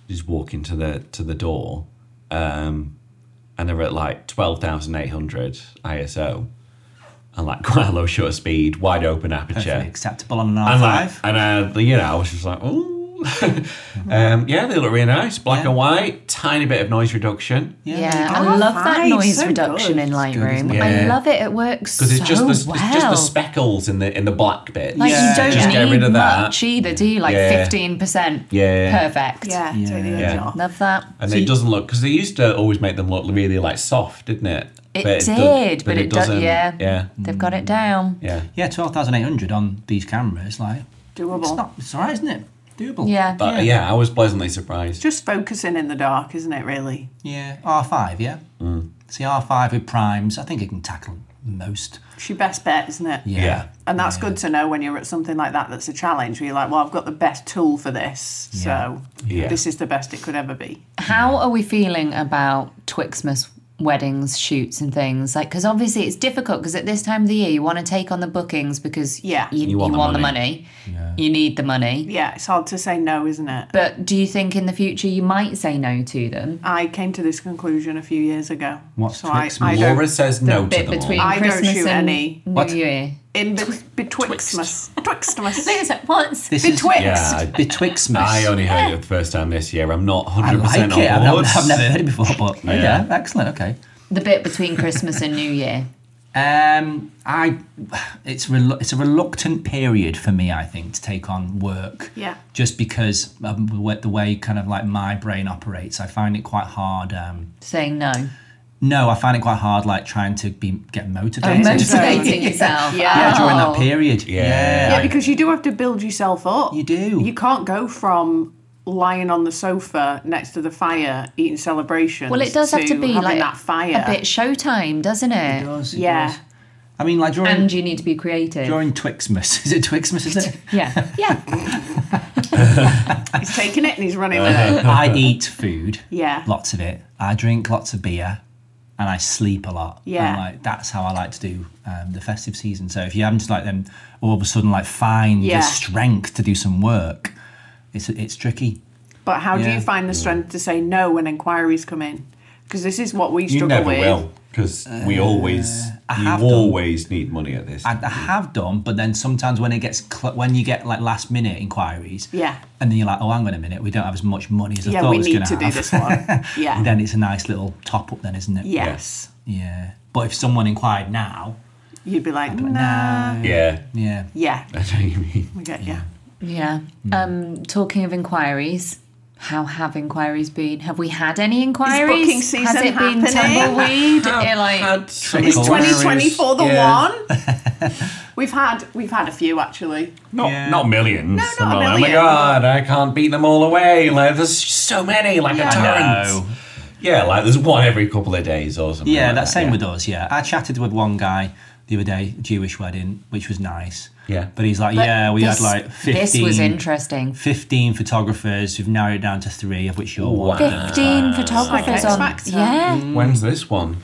Speaker 1: she's walking to the to the door, um, and they're at like twelve thousand eight hundred ISO, and like quite a low shutter speed, wide open aperture,
Speaker 5: Perfectly acceptable on an
Speaker 1: and like
Speaker 5: R5.
Speaker 1: and I, you know I was just like oh, um, yeah they look really nice, black
Speaker 5: Yeah.
Speaker 1: and white, tiny bit of noise reduction.
Speaker 2: Yeah,
Speaker 5: there you go.
Speaker 2: I love that
Speaker 3: right,
Speaker 2: noise
Speaker 3: so
Speaker 2: reduction
Speaker 3: good.
Speaker 2: in
Speaker 5: good,
Speaker 2: Lightroom.
Speaker 5: isn't
Speaker 1: it?
Speaker 2: I
Speaker 1: Yeah.
Speaker 2: love it. It works so
Speaker 1: Because it's just the it's
Speaker 2: well.
Speaker 1: just the speckles in the in the black bit.
Speaker 2: Oh, like
Speaker 5: Yeah.
Speaker 2: you don't
Speaker 1: Just
Speaker 2: need
Speaker 1: get rid of that.
Speaker 2: much either, do you? Like
Speaker 1: Yeah.
Speaker 2: fifteen percent.
Speaker 1: Yeah.
Speaker 2: Perfect.
Speaker 3: Yeah, take the edge
Speaker 1: Yeah.
Speaker 3: off.
Speaker 2: Love that.
Speaker 1: And it doesn't look because they used to always make them look really like soft, didn't it?
Speaker 2: It
Speaker 1: But
Speaker 2: did,
Speaker 1: does-
Speaker 2: but, it, does. not Yeah.
Speaker 1: yeah,
Speaker 2: They've got it down.
Speaker 1: yeah.
Speaker 5: Yeah, 12,800 on these cameras. Like,
Speaker 3: Doable.
Speaker 5: it's, not, it's all right, isn't it? Doable.
Speaker 2: Yeah.
Speaker 1: But yeah. I was pleasantly surprised.
Speaker 3: Just focusing in the dark, isn't it? Really.
Speaker 5: Yeah, R5, yeah? Mm. See, R5 with primes, I think it can tackle most.
Speaker 3: It's your best bet, isn't it?
Speaker 5: Yeah.
Speaker 1: Yeah.
Speaker 3: And that's good to know when you're at something like that that's a challenge where you're like, well, I've got the best tool for this. So
Speaker 1: Yeah.
Speaker 3: this is the best it could ever be.
Speaker 2: How are we feeling about Twixmas weddings, shoots, and things? Like, because obviously it's difficult because at this time of the year you want to take on the bookings because
Speaker 3: Yeah.
Speaker 2: you, you want, the money, you need the money.
Speaker 3: Yeah, it's hard to say no, isn't it?
Speaker 2: But do you think in the future you might say no to them?
Speaker 3: I came to this conclusion a few years ago.
Speaker 5: What's
Speaker 3: so I,
Speaker 5: Twix
Speaker 3: I
Speaker 1: Laura
Speaker 3: don't,
Speaker 1: says no to
Speaker 2: Bit
Speaker 1: them
Speaker 2: between
Speaker 1: all.
Speaker 3: I don't
Speaker 2: Christmas
Speaker 3: shoot
Speaker 2: and
Speaker 3: any.
Speaker 2: New
Speaker 5: What?
Speaker 2: Year.
Speaker 3: in be- betwixtmas, twixtmas.
Speaker 2: It's like, What's
Speaker 5: This is-
Speaker 2: betwixt?
Speaker 1: Yeah, I-
Speaker 5: Betwixt
Speaker 1: I only heard it the first time this year. I'm not 100
Speaker 5: I like
Speaker 1: percent
Speaker 5: it. I've,
Speaker 1: on board.
Speaker 5: not, I've never heard it before, but yeah, excellent. Okay.
Speaker 2: The bit between Christmas and New Year.
Speaker 5: Um, I, it's relu- it's a reluctant period for me. I think to take on work.
Speaker 3: Yeah.
Speaker 5: Just because um, the way- the way kind of like my brain operates, I find it quite hard. Um,
Speaker 2: Saying no.
Speaker 5: no, I find it quite hard like trying to be get motivated.
Speaker 2: Oh, Motivating yourself.
Speaker 3: Yeah.
Speaker 5: yeah, during that
Speaker 2: Oh.
Speaker 5: period.
Speaker 1: Yeah.
Speaker 3: yeah, because you do have to build yourself up.
Speaker 5: You do.
Speaker 3: You can't go from lying on the sofa next to the fire eating celebrations.
Speaker 2: Well, it does have to be
Speaker 3: having
Speaker 2: like
Speaker 3: that fire.
Speaker 2: a bit showtime, doesn't it?
Speaker 5: It does, it
Speaker 3: Yeah.
Speaker 5: does. I mean, like during
Speaker 2: And you need to be creative.
Speaker 5: during Twixmas. Is it Twixmas? Is it?
Speaker 2: yeah, yeah.
Speaker 3: He's taking
Speaker 5: Uh-huh.
Speaker 3: it and he's running with it.
Speaker 5: I eat food.
Speaker 3: Yeah.
Speaker 5: Lots of it. I drink lots of beer. and I sleep a lot.
Speaker 3: Yeah.
Speaker 5: And like that's how I like to do um, the festive season. So if you haven't just like then all of a sudden like find
Speaker 3: Yeah.
Speaker 5: the strength to do some work, it's it's tricky.
Speaker 3: But how do
Speaker 5: Yeah.
Speaker 3: you find the strength to say no when inquiries come in? Because this is what we
Speaker 1: You
Speaker 3: struggle
Speaker 1: never
Speaker 3: with.
Speaker 1: will because we always,
Speaker 5: I
Speaker 1: you
Speaker 5: have done.
Speaker 1: always need money at this.
Speaker 5: I, I have done, but then sometimes when it gets cl- when you get like last minute inquiries,
Speaker 3: Yeah.
Speaker 5: and then you're like, oh, hang on a minute, we don't have as much money as I
Speaker 3: Yeah,
Speaker 5: thought
Speaker 3: we
Speaker 5: was
Speaker 3: need
Speaker 5: going
Speaker 3: to do
Speaker 5: have.
Speaker 3: this one. Yeah.
Speaker 5: then it's a nice little top up, then, isn't it?
Speaker 3: yes.
Speaker 5: Yeah. But if someone inquired now,
Speaker 3: You'd be like, nah.
Speaker 1: yeah,
Speaker 5: yeah,
Speaker 3: Yeah.
Speaker 1: I know what you mean.
Speaker 3: We get yeah.
Speaker 2: Yeah.
Speaker 5: Hmm.
Speaker 2: Um, talking of inquiries, how have inquiries been? Have we had any inquiries?
Speaker 3: booking season
Speaker 2: Has it been
Speaker 3: happening?
Speaker 2: tumbleweed?
Speaker 1: I've
Speaker 2: It, like,
Speaker 1: had some
Speaker 3: Is
Speaker 1: inquiries.
Speaker 3: 2024 the
Speaker 1: Yeah.
Speaker 3: one? we've had we've had a few actually.
Speaker 1: Not,
Speaker 5: Yeah.
Speaker 1: not millions.
Speaker 3: No, not a
Speaker 1: I'm like,
Speaker 3: million.
Speaker 1: Oh my god, I can't beat them all away. Like there's so many, like
Speaker 3: Yeah.
Speaker 1: a
Speaker 5: I
Speaker 1: torrent.
Speaker 5: know.
Speaker 1: Yeah, like there's one every couple of days or something.
Speaker 5: Yeah,
Speaker 1: like
Speaker 5: that's
Speaker 1: that,
Speaker 5: same
Speaker 1: yeah.
Speaker 5: with us. Yeah, I chatted with one guy the other day, Jewish wedding, which was nice.
Speaker 1: Yeah.
Speaker 5: but he's like,
Speaker 2: But
Speaker 5: yeah, we
Speaker 2: this-
Speaker 5: had like
Speaker 2: This was
Speaker 5: 15,
Speaker 2: interesting.
Speaker 5: 15 photographers. We've narrowed it down to three, of which you're one.
Speaker 1: Wow.
Speaker 5: Uh,
Speaker 2: 15 photographers
Speaker 3: X
Speaker 2: on.
Speaker 3: Factor.
Speaker 2: Yeah.
Speaker 1: When's this one?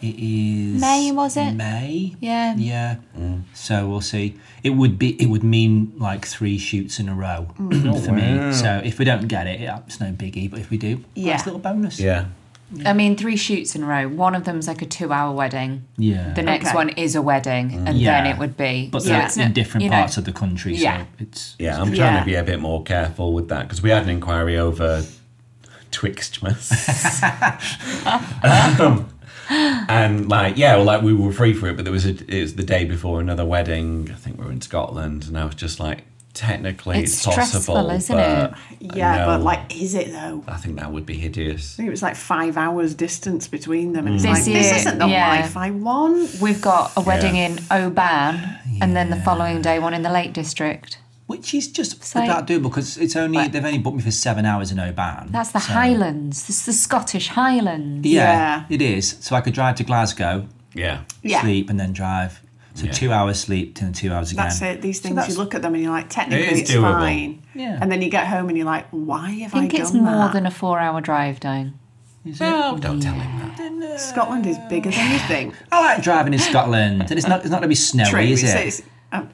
Speaker 5: It is
Speaker 2: May, was it?
Speaker 5: May.
Speaker 2: Yeah.
Speaker 5: Yeah.
Speaker 1: Mm.
Speaker 5: So we'll see. It would be. It would mean like three shoots in a row
Speaker 2: Mm.
Speaker 5: for
Speaker 1: Oh,
Speaker 5: me. So if we don't get it, yeah, it's no biggie. But if we do,
Speaker 3: Yeah.
Speaker 5: nice little bonus.
Speaker 1: Yeah.
Speaker 5: Hmm.
Speaker 2: I mean, three shoots in a row. One of them's like a two hour wedding.
Speaker 5: Yeah.
Speaker 2: The next
Speaker 3: Okay.
Speaker 2: one is a wedding, and
Speaker 5: Yeah.
Speaker 2: then it would be.
Speaker 5: but
Speaker 2: so
Speaker 5: they're
Speaker 2: it's
Speaker 5: in
Speaker 2: not-
Speaker 5: different
Speaker 2: you know,
Speaker 5: parts of the country.
Speaker 2: Yeah.
Speaker 5: So it's
Speaker 1: Yeah, I'm trying
Speaker 3: Yeah.
Speaker 1: to be a bit more careful with that because we had an inquiry over Twixtmas. um, and like, yeah, well, like we were free for it, but there was a, it was the day before another wedding. I think we were in Scotland, and I was just like, technically,
Speaker 2: It's
Speaker 1: it's, possible,
Speaker 2: stressful, isn't
Speaker 1: but
Speaker 2: it?
Speaker 3: Yeah, but
Speaker 1: no,
Speaker 3: like, is it though?
Speaker 1: I think that would be hideous.
Speaker 3: I think it was like five hours distance between them, and it's
Speaker 2: This
Speaker 3: like this
Speaker 2: is-
Speaker 3: isn't the
Speaker 2: yeah.
Speaker 3: life I want.
Speaker 2: We've got a wedding
Speaker 1: Yeah.
Speaker 2: in Oban, and then the following day, one in the Lake District.
Speaker 5: which is just
Speaker 2: So-
Speaker 5: that doable because it's only they've only booked me for seven hours in Oban.
Speaker 2: That's the
Speaker 5: so-
Speaker 2: Highlands. This is the Scottish Highlands.
Speaker 5: Yeah,
Speaker 3: Yeah.
Speaker 5: it is. So I could drive to Glasgow,
Speaker 1: Yeah.
Speaker 3: Yeah.
Speaker 5: sleep, and then drive. So
Speaker 1: Yeah.
Speaker 5: two hours sleep, and two hours again.
Speaker 3: That's it. These things
Speaker 5: that's-
Speaker 3: you look at them and you're like, technically
Speaker 1: It is
Speaker 3: it's
Speaker 1: doable.
Speaker 3: fine.
Speaker 5: Yeah.
Speaker 3: And then you get home and you're like, why have
Speaker 2: I think
Speaker 3: I
Speaker 2: it's
Speaker 3: done
Speaker 2: more
Speaker 3: that?
Speaker 2: than a four hour drive down.
Speaker 5: Is it?
Speaker 1: No, Oh, don't tell him that.
Speaker 3: Scotland is bigger than you think.
Speaker 5: I like driving in Scotland, and it's not it's not going to
Speaker 1: Oh,
Speaker 5: be snowy,
Speaker 3: True,
Speaker 5: is
Speaker 3: it's-
Speaker 5: it?
Speaker 3: it's- um,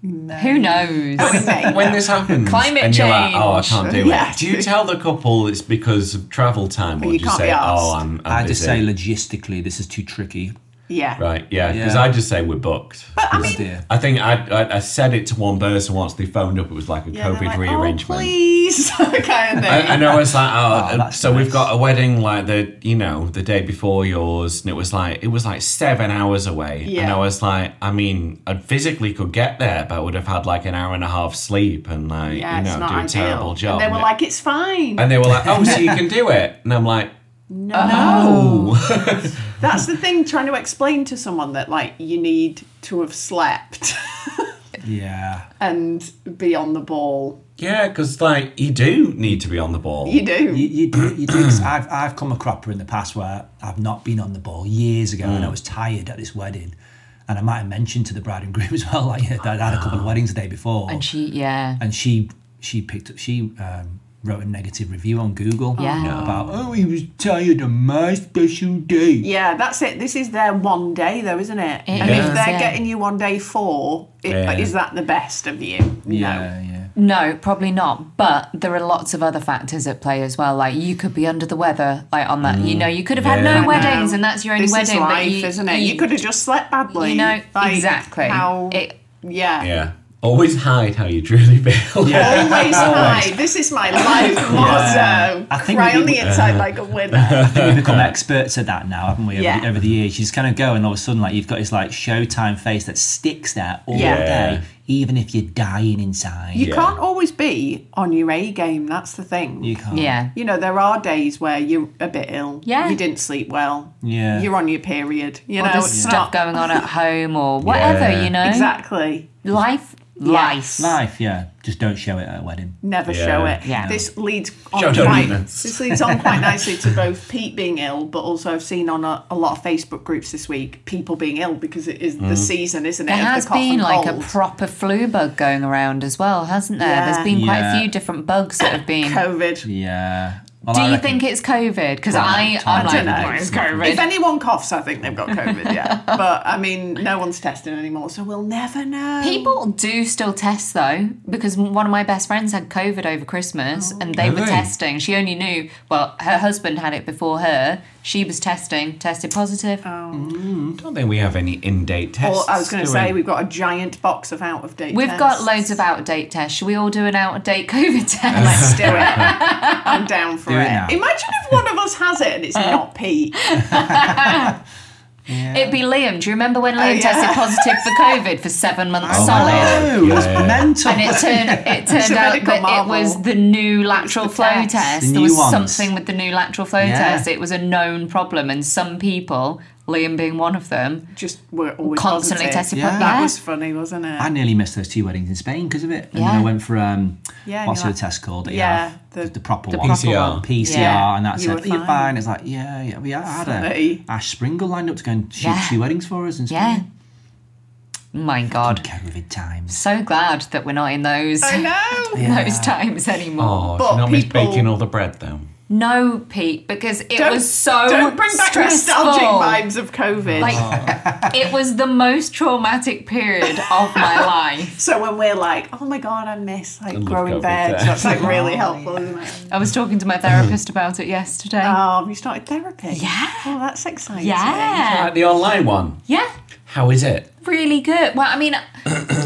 Speaker 2: Who knows?
Speaker 3: oh, it's eight.
Speaker 1: When this happens,
Speaker 2: Climate
Speaker 1: and you're like, oh, I
Speaker 2: change.
Speaker 1: can't do
Speaker 3: Yeah.
Speaker 1: it. Do you tell the couple it's because of travel time,
Speaker 3: You
Speaker 1: or do you
Speaker 3: can't
Speaker 1: say,
Speaker 3: be arsed.
Speaker 1: oh, I'm, I'm
Speaker 5: I just
Speaker 1: busy?
Speaker 5: say logistically, this is too tricky.
Speaker 3: yeah.
Speaker 1: Right, yeah, because
Speaker 5: Yeah.
Speaker 1: I just say we're booked. But
Speaker 5: I mean,
Speaker 1: I think I, I I said it to one person once they phoned up. It was like a
Speaker 3: Yeah, they're
Speaker 1: COVID
Speaker 3: like,
Speaker 1: rearrangement.
Speaker 3: Oh, please. kind of thing.
Speaker 1: I- And I was like, oh,
Speaker 5: Oh, that's
Speaker 1: so
Speaker 5: nice.
Speaker 1: we've got a wedding like the you know the day before yours, and it was like it was like seven hours away, and
Speaker 3: Yeah.
Speaker 1: I was like, I mean, I physically could get there, but I would have had like an hour and a half sleep and like
Speaker 3: yeah,
Speaker 1: you
Speaker 3: it's
Speaker 1: know do
Speaker 3: not
Speaker 1: a
Speaker 3: ideal.
Speaker 1: terrible job.
Speaker 3: And they were
Speaker 1: it-
Speaker 3: like, it's fine.
Speaker 1: and they were like, oh, so you can do it, and I'm like, no,
Speaker 3: That's the thing, trying to explain to someone that, like, you need to have slept
Speaker 5: Yeah.
Speaker 3: and be on the ball.
Speaker 1: yeah, because like you do need to be on the ball.
Speaker 3: You do.
Speaker 5: You, you do, you do. 'cause I've, I've come a cropper in the past where I've not been on the ball years ago
Speaker 1: Mm.
Speaker 5: and I was tired at this wedding. And I might have mentioned to the bride and groom as well, like, yeah, I'd had a couple of weddings the day before.
Speaker 2: and she, yeah.
Speaker 5: and she she picked up she um, wrote a negative review on Google
Speaker 2: Yeah. No.
Speaker 5: about oh he was tired on my special day.
Speaker 3: Yeah, that's it. This is their one day, though, isn't it?
Speaker 2: It
Speaker 3: and
Speaker 2: is,
Speaker 3: if they're
Speaker 2: yeah.
Speaker 3: getting you on day four, it,
Speaker 1: Yeah.
Speaker 3: is that the best of you? No.
Speaker 5: yeah, yeah.
Speaker 2: No, probably not. But there are lots of other factors at play as well. Like you could be under the weather, like on that. You know, you could have had
Speaker 1: Mm. Yeah. I
Speaker 2: no
Speaker 1: know.
Speaker 2: weddings, and that's your only
Speaker 3: this
Speaker 2: wedding.
Speaker 3: Is
Speaker 2: but
Speaker 3: life,
Speaker 2: you,
Speaker 3: isn't it? You, could have just slept badly.
Speaker 2: you know
Speaker 3: Like,
Speaker 2: exactly.
Speaker 3: How?
Speaker 2: It-
Speaker 3: yeah.
Speaker 1: Yeah, always hide how you truly feel.
Speaker 3: Always high. This is my life motto.
Speaker 5: I think
Speaker 3: Cry
Speaker 5: we-
Speaker 3: on the inside like a winner.
Speaker 5: We've become experts at that now, haven't we? Over,
Speaker 3: Yeah.
Speaker 5: the, over the years, you just kind of go, and all of a sudden, like you've got this like Showtime face that sticks there all
Speaker 3: Yeah.
Speaker 5: day, even if you're dying inside.
Speaker 3: You
Speaker 1: Yeah.
Speaker 3: can't always be on your A game. That's the thing.
Speaker 5: You can't.
Speaker 2: yeah.
Speaker 3: you know, there are days where you're a bit ill.
Speaker 2: Yeah.
Speaker 3: You didn't sleep well.
Speaker 5: Yeah.
Speaker 3: You're on your period. You
Speaker 2: Or
Speaker 3: know,
Speaker 2: there's
Speaker 3: it's
Speaker 2: stuff
Speaker 3: not
Speaker 2: going on at home or whatever,
Speaker 1: Yeah.
Speaker 2: you know?
Speaker 3: exactly.
Speaker 2: Life, life.
Speaker 5: Life, yeah. Just don't show it at a wedding.
Speaker 3: Never
Speaker 1: Yeah.
Speaker 3: show it.
Speaker 2: Yeah.
Speaker 3: This leads on
Speaker 1: Show no
Speaker 3: quite,
Speaker 1: weakness.
Speaker 3: this leads on quite nicely to both Pete being ill, but also I've seen on a, a lot of Facebook groups this week people being ill because it is the season, isn't it?
Speaker 2: There
Speaker 3: of the
Speaker 2: has
Speaker 3: cough and
Speaker 2: been like a
Speaker 3: cold.
Speaker 2: proper flu bug going around as well, hasn't there?
Speaker 3: Yeah.
Speaker 2: There's been quite
Speaker 5: Yeah.
Speaker 2: a few different bugs that have been.
Speaker 3: COVID.
Speaker 5: Yeah. Well,
Speaker 2: Do
Speaker 5: I
Speaker 2: you
Speaker 5: reckon-
Speaker 2: think it's COVID? Because I, I'm
Speaker 3: I
Speaker 2: like,
Speaker 3: don't
Speaker 2: no,
Speaker 3: know.
Speaker 2: it's
Speaker 3: If
Speaker 2: COVID.
Speaker 3: anyone coughs, I think they've got COVID, yeah. but I mean, no one's testing anymore, so we'll never know.
Speaker 2: People do still test though, because one of my best friends had COVID over Christmas
Speaker 3: Oh.
Speaker 2: and they were
Speaker 1: Really?
Speaker 2: testing. She only knew, well, her husband had it before her. She was testing, tested positive.
Speaker 3: Oh,
Speaker 1: don't think we have any in-date tests.
Speaker 3: Or I was going
Speaker 1: do
Speaker 3: to say,
Speaker 1: we?
Speaker 3: we've got a giant box of out of date
Speaker 2: We've got loads of out of date tests. Should we all do an out of date COVID test?
Speaker 3: Let's do it. I'm down for
Speaker 5: Do it
Speaker 3: it.
Speaker 5: now.
Speaker 3: Imagine if one of us has it and it's
Speaker 2: Uh,
Speaker 3: not Pete.
Speaker 2: It'd be Liam. Do you remember when Liam
Speaker 3: Oh, yeah.
Speaker 2: tested positive for COVID for seven months
Speaker 1: Oh my
Speaker 2: solid?
Speaker 1: God.
Speaker 5: Oh,
Speaker 1: Yeah,
Speaker 5: that's
Speaker 1: yeah, yeah.
Speaker 5: mental.
Speaker 2: And it turned it
Speaker 3: a
Speaker 2: turned out
Speaker 3: medical
Speaker 2: that
Speaker 3: marvel.
Speaker 2: it was the new lateral
Speaker 3: the
Speaker 2: flow
Speaker 3: test.
Speaker 2: test.
Speaker 5: The
Speaker 2: there
Speaker 5: new
Speaker 2: was
Speaker 5: ones.
Speaker 2: something with the new lateral flow
Speaker 5: Yeah.
Speaker 2: test. It was a known problem, and some people, Liam being one of them,
Speaker 3: Just were always
Speaker 2: constantly
Speaker 3: positive.
Speaker 2: tested.
Speaker 5: Yeah.
Speaker 2: Yeah.
Speaker 3: That was funny, wasn't it?
Speaker 5: I nearly missed those two weddings in Spain because of it. And then
Speaker 2: Yeah.
Speaker 5: I went for um,
Speaker 3: Yeah, and
Speaker 5: what's
Speaker 3: you're
Speaker 5: the
Speaker 3: like-
Speaker 5: test called? that you
Speaker 3: Yeah,
Speaker 5: have?
Speaker 3: the-
Speaker 5: the, proper
Speaker 3: the
Speaker 5: one.
Speaker 1: proper PCR. one.
Speaker 5: PCR,
Speaker 2: Yeah.
Speaker 5: and that
Speaker 3: You
Speaker 5: said,
Speaker 3: were
Speaker 5: "Are you
Speaker 3: fine."
Speaker 5: fine?" It's like, yeah, yeah, we had a
Speaker 3: Funny.
Speaker 5: Ash Springle lined up to go and shoot
Speaker 2: Yeah.
Speaker 5: two weddings for us in
Speaker 2: yeah.
Speaker 5: Spain.
Speaker 2: My God,
Speaker 5: COVID times.
Speaker 2: so glad that we're not in those
Speaker 3: I know.
Speaker 2: those times anymore.
Speaker 1: Oh,
Speaker 3: But
Speaker 1: she not miss
Speaker 3: people-
Speaker 1: baking all the bread though.
Speaker 2: No, Pete, because it
Speaker 3: Don't-
Speaker 2: was so
Speaker 3: Don't bring back
Speaker 2: stressful.
Speaker 3: nostalgic vibes of COVID.
Speaker 2: Like
Speaker 5: Oh.
Speaker 2: it was the most traumatic period of my life.
Speaker 3: so when we're like, oh my God, I miss like
Speaker 1: love
Speaker 3: growing
Speaker 1: COVID
Speaker 3: veg,
Speaker 1: test.
Speaker 3: that's like really helpful, isn't it?
Speaker 2: I was talking to my therapist about it yesterday.
Speaker 3: Oh, you started therapy?
Speaker 2: Yeah.
Speaker 3: Oh, that's exciting.
Speaker 2: yeah.
Speaker 1: Like the online one.
Speaker 2: Yeah.
Speaker 1: How is it?
Speaker 2: Really good. Well, I mean,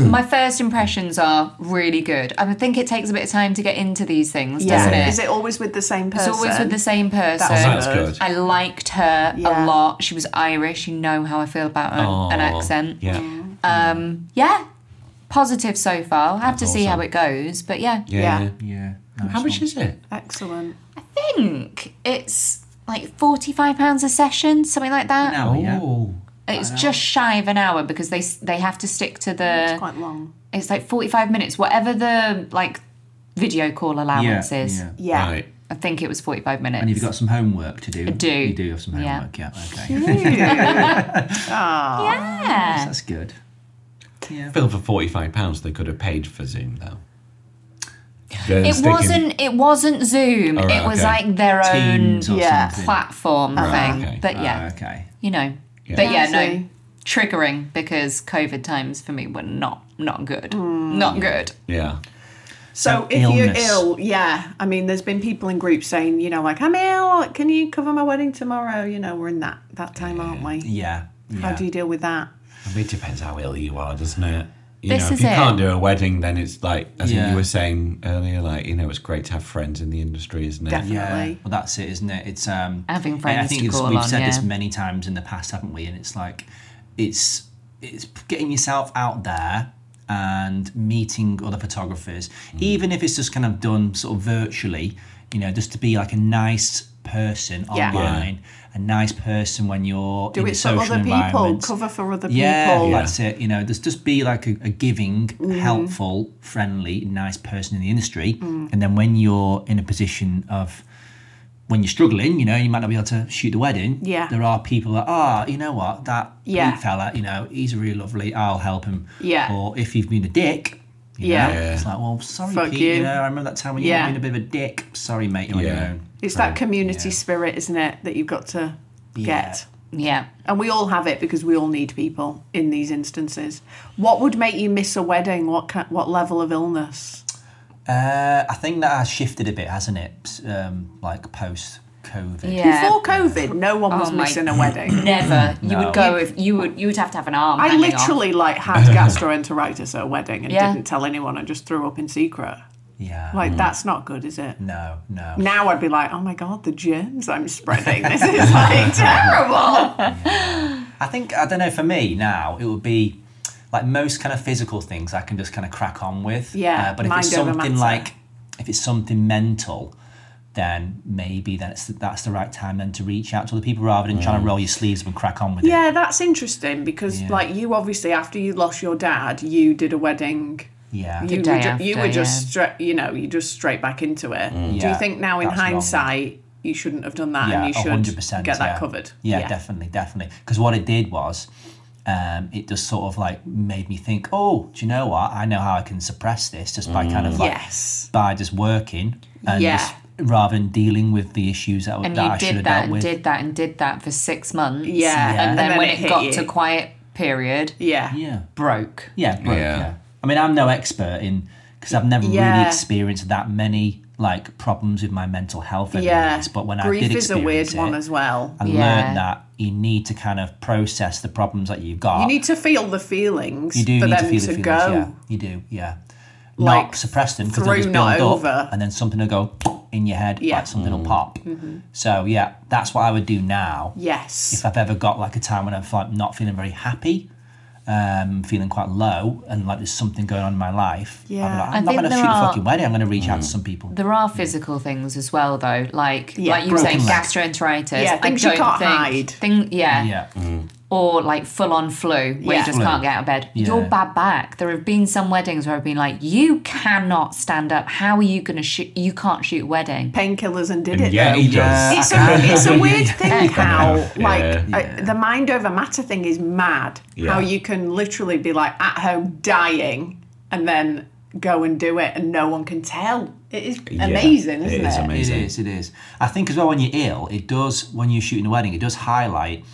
Speaker 2: my first impressions are really good. I think it takes a bit of time to get into these things,
Speaker 3: Yeah.
Speaker 2: doesn't it?
Speaker 3: Is it always with the same
Speaker 2: It's
Speaker 3: person?
Speaker 2: always with the same person.
Speaker 1: Oh, that's
Speaker 3: good.
Speaker 1: good.
Speaker 2: I liked her
Speaker 3: Yeah.
Speaker 2: a lot. She was Irish. You know how I feel about an, an
Speaker 1: Oh,
Speaker 2: accent.
Speaker 1: Yeah.
Speaker 2: Um, yeah. Positive so far. I'll have to
Speaker 1: That's
Speaker 2: see how
Speaker 1: awesome.
Speaker 2: it goes. But yeah.
Speaker 1: Yeah.
Speaker 3: Yeah.
Speaker 5: Yeah. nice
Speaker 1: How much
Speaker 5: one.
Speaker 1: is it?
Speaker 3: Excellent.
Speaker 2: I think it's like £45 a session, something like that.
Speaker 5: An hour, yeah.
Speaker 1: Oh.
Speaker 2: It's just shy of an hour because they s- they have to stick to
Speaker 3: It's
Speaker 2: the
Speaker 3: quite long.
Speaker 2: it's like 45 minutes whatever the like video call allowance
Speaker 5: Yeah,
Speaker 2: is
Speaker 5: yeah.
Speaker 3: Yeah.
Speaker 1: Right.
Speaker 2: i think it was 45 minutes
Speaker 5: And you've got some homework to do.
Speaker 2: do.
Speaker 5: You do have some
Speaker 2: Yeah.
Speaker 5: homework, yeah. Okay.
Speaker 2: yeah
Speaker 5: That's good.
Speaker 1: I feel for forty-five pounds they could have paid for Zoom though.
Speaker 2: it wasn't it wasn't zoom
Speaker 1: All right,
Speaker 2: it was
Speaker 1: okay.
Speaker 2: like their
Speaker 5: Teams
Speaker 2: own
Speaker 5: or
Speaker 3: yeah,
Speaker 5: something.
Speaker 2: platform thing
Speaker 1: okay.
Speaker 2: but yeah
Speaker 5: Oh, okay.
Speaker 2: you know but
Speaker 3: Yeah,
Speaker 2: yeah
Speaker 3: I
Speaker 2: no
Speaker 3: see.
Speaker 2: triggering because covid times for me were not not good
Speaker 3: Mm.
Speaker 2: not good
Speaker 1: Yeah.
Speaker 3: So if
Speaker 5: illness.
Speaker 3: you're ill, yeah. I mean, there's been people in groups saying, you know, like I'm ill. Can you cover my wedding tomorrow? You know, we're in that that time, aren't we?
Speaker 5: Yeah.
Speaker 3: How
Speaker 5: yeah. Uh,
Speaker 3: do you deal with that?
Speaker 1: I mean, it depends how ill you are, doesn't it? You
Speaker 2: This
Speaker 1: know, if
Speaker 2: is
Speaker 1: you
Speaker 2: it.
Speaker 1: can't do a wedding, then it's like I think
Speaker 5: Yeah.
Speaker 1: you were saying earlier, like you know, it's great to have friends in the industry, isn't it?
Speaker 3: Definitely.
Speaker 5: Yeah, well, that's it, isn't it? It's um,
Speaker 2: Having
Speaker 5: and I
Speaker 2: friends
Speaker 5: think
Speaker 2: to
Speaker 5: it's-
Speaker 2: call
Speaker 5: we've
Speaker 2: on,
Speaker 5: said this
Speaker 2: yeah.
Speaker 5: many times in the past, haven't we? And it's like, it's it's getting yourself out there and meeting other photographers, even if it's just kind of done sort of virtually. You know, just to be like a nice person
Speaker 3: Yeah. Yeah.
Speaker 5: online, a nice person when you're
Speaker 3: Do
Speaker 5: in
Speaker 3: it for
Speaker 5: social
Speaker 3: other people.
Speaker 5: environments.
Speaker 3: Cover for other
Speaker 5: Yeah,
Speaker 3: people.
Speaker 5: that's it. You know, just just be like a, a giving,
Speaker 3: Mm.
Speaker 5: helpful, friendly, nice person in the industry.
Speaker 3: Mm.
Speaker 5: And then when you're in a position of when you're struggling, you know, you might not be able to shoot the wedding.
Speaker 3: Yeah.
Speaker 5: There are people that, ah, you know what, that
Speaker 3: Yeah.
Speaker 5: Pete fella, you know, he's really lovely, I'll help him.
Speaker 3: Yeah.
Speaker 5: Or if you've been a dick, you
Speaker 3: Yeah.
Speaker 5: know,
Speaker 1: Yeah.
Speaker 5: it's like, well, sorry,
Speaker 3: Fuck
Speaker 5: Pete,
Speaker 3: you.
Speaker 5: you. know, I remember that time when
Speaker 3: Yeah.
Speaker 5: you were being a bit of a dick. Sorry, mate, you're on
Speaker 1: Yeah.
Speaker 5: your own.
Speaker 3: It's
Speaker 5: So,
Speaker 3: that community
Speaker 5: yeah.
Speaker 3: spirit, isn't it, that you've got to get.
Speaker 2: yeah
Speaker 3: And we all have it because we all need people in these instances. What would make you miss a wedding? What ca- what level of illness?
Speaker 5: Uh, I think that has shifted a bit, hasn't it? Um, like post COVID.
Speaker 2: Yeah.
Speaker 3: Before COVID, no one was
Speaker 2: Oh my-
Speaker 3: missing a wedding.
Speaker 2: never you
Speaker 5: No.
Speaker 2: would go if you would you would have to have an arm
Speaker 3: I
Speaker 2: hanging off.
Speaker 3: literally like had gastroenteritis at a wedding and
Speaker 2: Yeah.
Speaker 3: didn't tell anyone. I just threw up in secret.
Speaker 5: Yeah.
Speaker 3: Like that's not good, is it?
Speaker 5: no, no.
Speaker 3: Now I'd be like, oh my god, the germs I'm spreading. This is like terrible.
Speaker 5: I think I don't know. For me now, it would be like most kind of physical things I can just kind of crack on with. Uh,
Speaker 3: Yeah,
Speaker 5: but if
Speaker 3: mind
Speaker 5: it's
Speaker 3: over
Speaker 5: something
Speaker 3: matter.
Speaker 5: like if it's something mental, then maybe that's that's the right time then to reach out to other people rather than trying to roll your sleeves up and crack on with it.
Speaker 3: Yeah, that's interesting because
Speaker 5: Yeah.
Speaker 3: like you obviously after you lost your dad, you did a wedding.
Speaker 5: Yeah.
Speaker 3: You were,
Speaker 2: day
Speaker 3: ju- you
Speaker 2: after,
Speaker 3: were just
Speaker 2: yeah.
Speaker 3: straight, you know, you just straight back into it. Do
Speaker 5: Mm. Yeah,
Speaker 3: you think now in
Speaker 5: that's wrong.
Speaker 3: hindsight you shouldn't have done that
Speaker 5: yeah,
Speaker 3: and you
Speaker 5: a
Speaker 3: should
Speaker 5: hundred percent.
Speaker 3: get that
Speaker 5: yeah.
Speaker 3: covered?
Speaker 5: Yeah, definitely, definitely. Because what it did was, um, it just sort of like made me think, oh, do you know what? I know how I can suppress this just by kind of like
Speaker 3: Yes.
Speaker 5: by just working and
Speaker 3: Yeah.
Speaker 5: just rather than dealing with the issues that,
Speaker 2: and
Speaker 5: that I
Speaker 2: you
Speaker 5: should
Speaker 2: did
Speaker 5: have
Speaker 2: that
Speaker 5: dealt
Speaker 2: and
Speaker 5: with.
Speaker 2: did that and did that for six months.
Speaker 3: Yeah,
Speaker 2: And,
Speaker 5: Yeah.
Speaker 2: then,
Speaker 3: and then
Speaker 2: when
Speaker 3: it
Speaker 2: it,
Speaker 3: hit
Speaker 2: got
Speaker 3: you.
Speaker 2: to quiet period,
Speaker 3: Yeah.
Speaker 5: Yeah.
Speaker 2: broke.
Speaker 5: Yeah, broke,
Speaker 1: Yeah.
Speaker 5: yeah. I mean, I'm no expert in because I've never really
Speaker 3: Yeah.
Speaker 5: experienced that many like problems with my mental health. over the
Speaker 3: Yeah.
Speaker 5: years, but when
Speaker 3: Grief
Speaker 5: I did
Speaker 3: is a weird
Speaker 5: experience
Speaker 3: one
Speaker 5: it,
Speaker 3: as well.
Speaker 5: I
Speaker 2: Yeah.
Speaker 5: learned that you need to kind of process the problems that you've got.
Speaker 3: You need to feel the feelings
Speaker 5: You do
Speaker 3: for
Speaker 5: need
Speaker 3: them
Speaker 5: to feel the
Speaker 3: to
Speaker 5: feelings.
Speaker 3: go.
Speaker 5: Yeah, you do. Yeah.
Speaker 3: Like,
Speaker 5: not suppress them because they'll
Speaker 3: through,
Speaker 5: just
Speaker 3: not
Speaker 5: build up
Speaker 3: over.
Speaker 5: and then something will go in your head,
Speaker 3: Yeah. Mm-hmm.
Speaker 5: like something will pop. So, yeah, that's what I would do now
Speaker 3: Yes.
Speaker 5: if I've ever got like a time when I'm like not feeling very happy, um, feeling quite low, and like there's something going on in my life, I'll be
Speaker 3: Yeah.
Speaker 5: like,
Speaker 3: I
Speaker 5: I'm not
Speaker 2: think
Speaker 5: going to
Speaker 2: there
Speaker 5: shoot the
Speaker 2: are- Mm.
Speaker 5: fucking wedding. I'm going to reach out to some people.
Speaker 2: There are physical things as well, though, like
Speaker 3: Yeah,
Speaker 2: like you were saying,
Speaker 5: Mm. broken leg.
Speaker 2: gastroenteritis.
Speaker 3: Yeah, things you
Speaker 2: I don't
Speaker 3: can't
Speaker 2: think
Speaker 3: hide.
Speaker 2: Thing, yeah,
Speaker 5: Yeah,
Speaker 2: or like full on flu where
Speaker 3: Yeah.
Speaker 2: you just
Speaker 5: Flu.
Speaker 2: can't get out of bed.
Speaker 5: Yeah.
Speaker 2: Your bad back. There have been some weddings where I've been like, you cannot stand up. How are you gonna shoot? You can't shoot a wedding.
Speaker 3: Painkillers and did it.
Speaker 1: And yeah,
Speaker 3: though.
Speaker 1: he does.
Speaker 3: It's a, it's a weird thing how
Speaker 1: Yeah.
Speaker 3: like
Speaker 5: Yeah.
Speaker 3: uh, the mind over matter thing is mad.
Speaker 1: Yeah.
Speaker 3: How you can literally be like at home dying and then go and do it and no one can tell. It is
Speaker 1: Yeah,
Speaker 3: amazing, isn't it?
Speaker 1: It is
Speaker 5: it
Speaker 1: amazing.
Speaker 5: is. It is. I think as well when you're ill, it does when you're shooting a wedding, it does highlight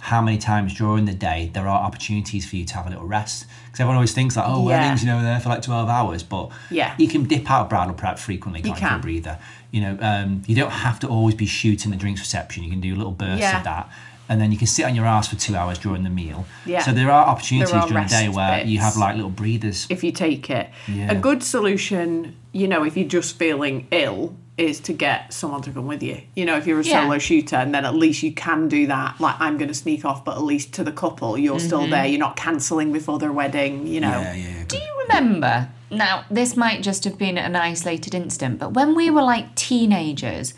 Speaker 5: how many times during the day there are opportunities for you to have a little rest. Because everyone always thinks like, oh,
Speaker 3: Yeah.
Speaker 5: weddings, you know, they're for like 12 hours, but
Speaker 3: Yeah.
Speaker 5: you can dip out of bridal prep frequently, can't you, for a
Speaker 3: can.
Speaker 5: breather. You know, um, you don't have to always be shooting the drinks reception. You can do little bursts
Speaker 3: Yeah.
Speaker 5: of that. And then you can sit on your ass for two hours during the meal.
Speaker 3: Yeah.
Speaker 5: So there are opportunities
Speaker 3: There are
Speaker 5: during the day
Speaker 3: rest
Speaker 5: where you have
Speaker 3: bits.
Speaker 5: like little breathers.
Speaker 3: if you take it.
Speaker 5: Yeah.
Speaker 3: A good solution, you know, if you're just feeling ill, is to get someone to come with you. You know, if you're a
Speaker 2: Yeah.
Speaker 3: solo shooter, and then at least you can do that. Like, I'm going to sneak off, but at least to the couple, you're still
Speaker 2: Mm-hmm.
Speaker 3: there. You're not cancelling before their wedding, you know.
Speaker 5: yeah, yeah, yeah.
Speaker 2: Do you remember? Now, this might just have been an isolated incident, but when we were like teenagers,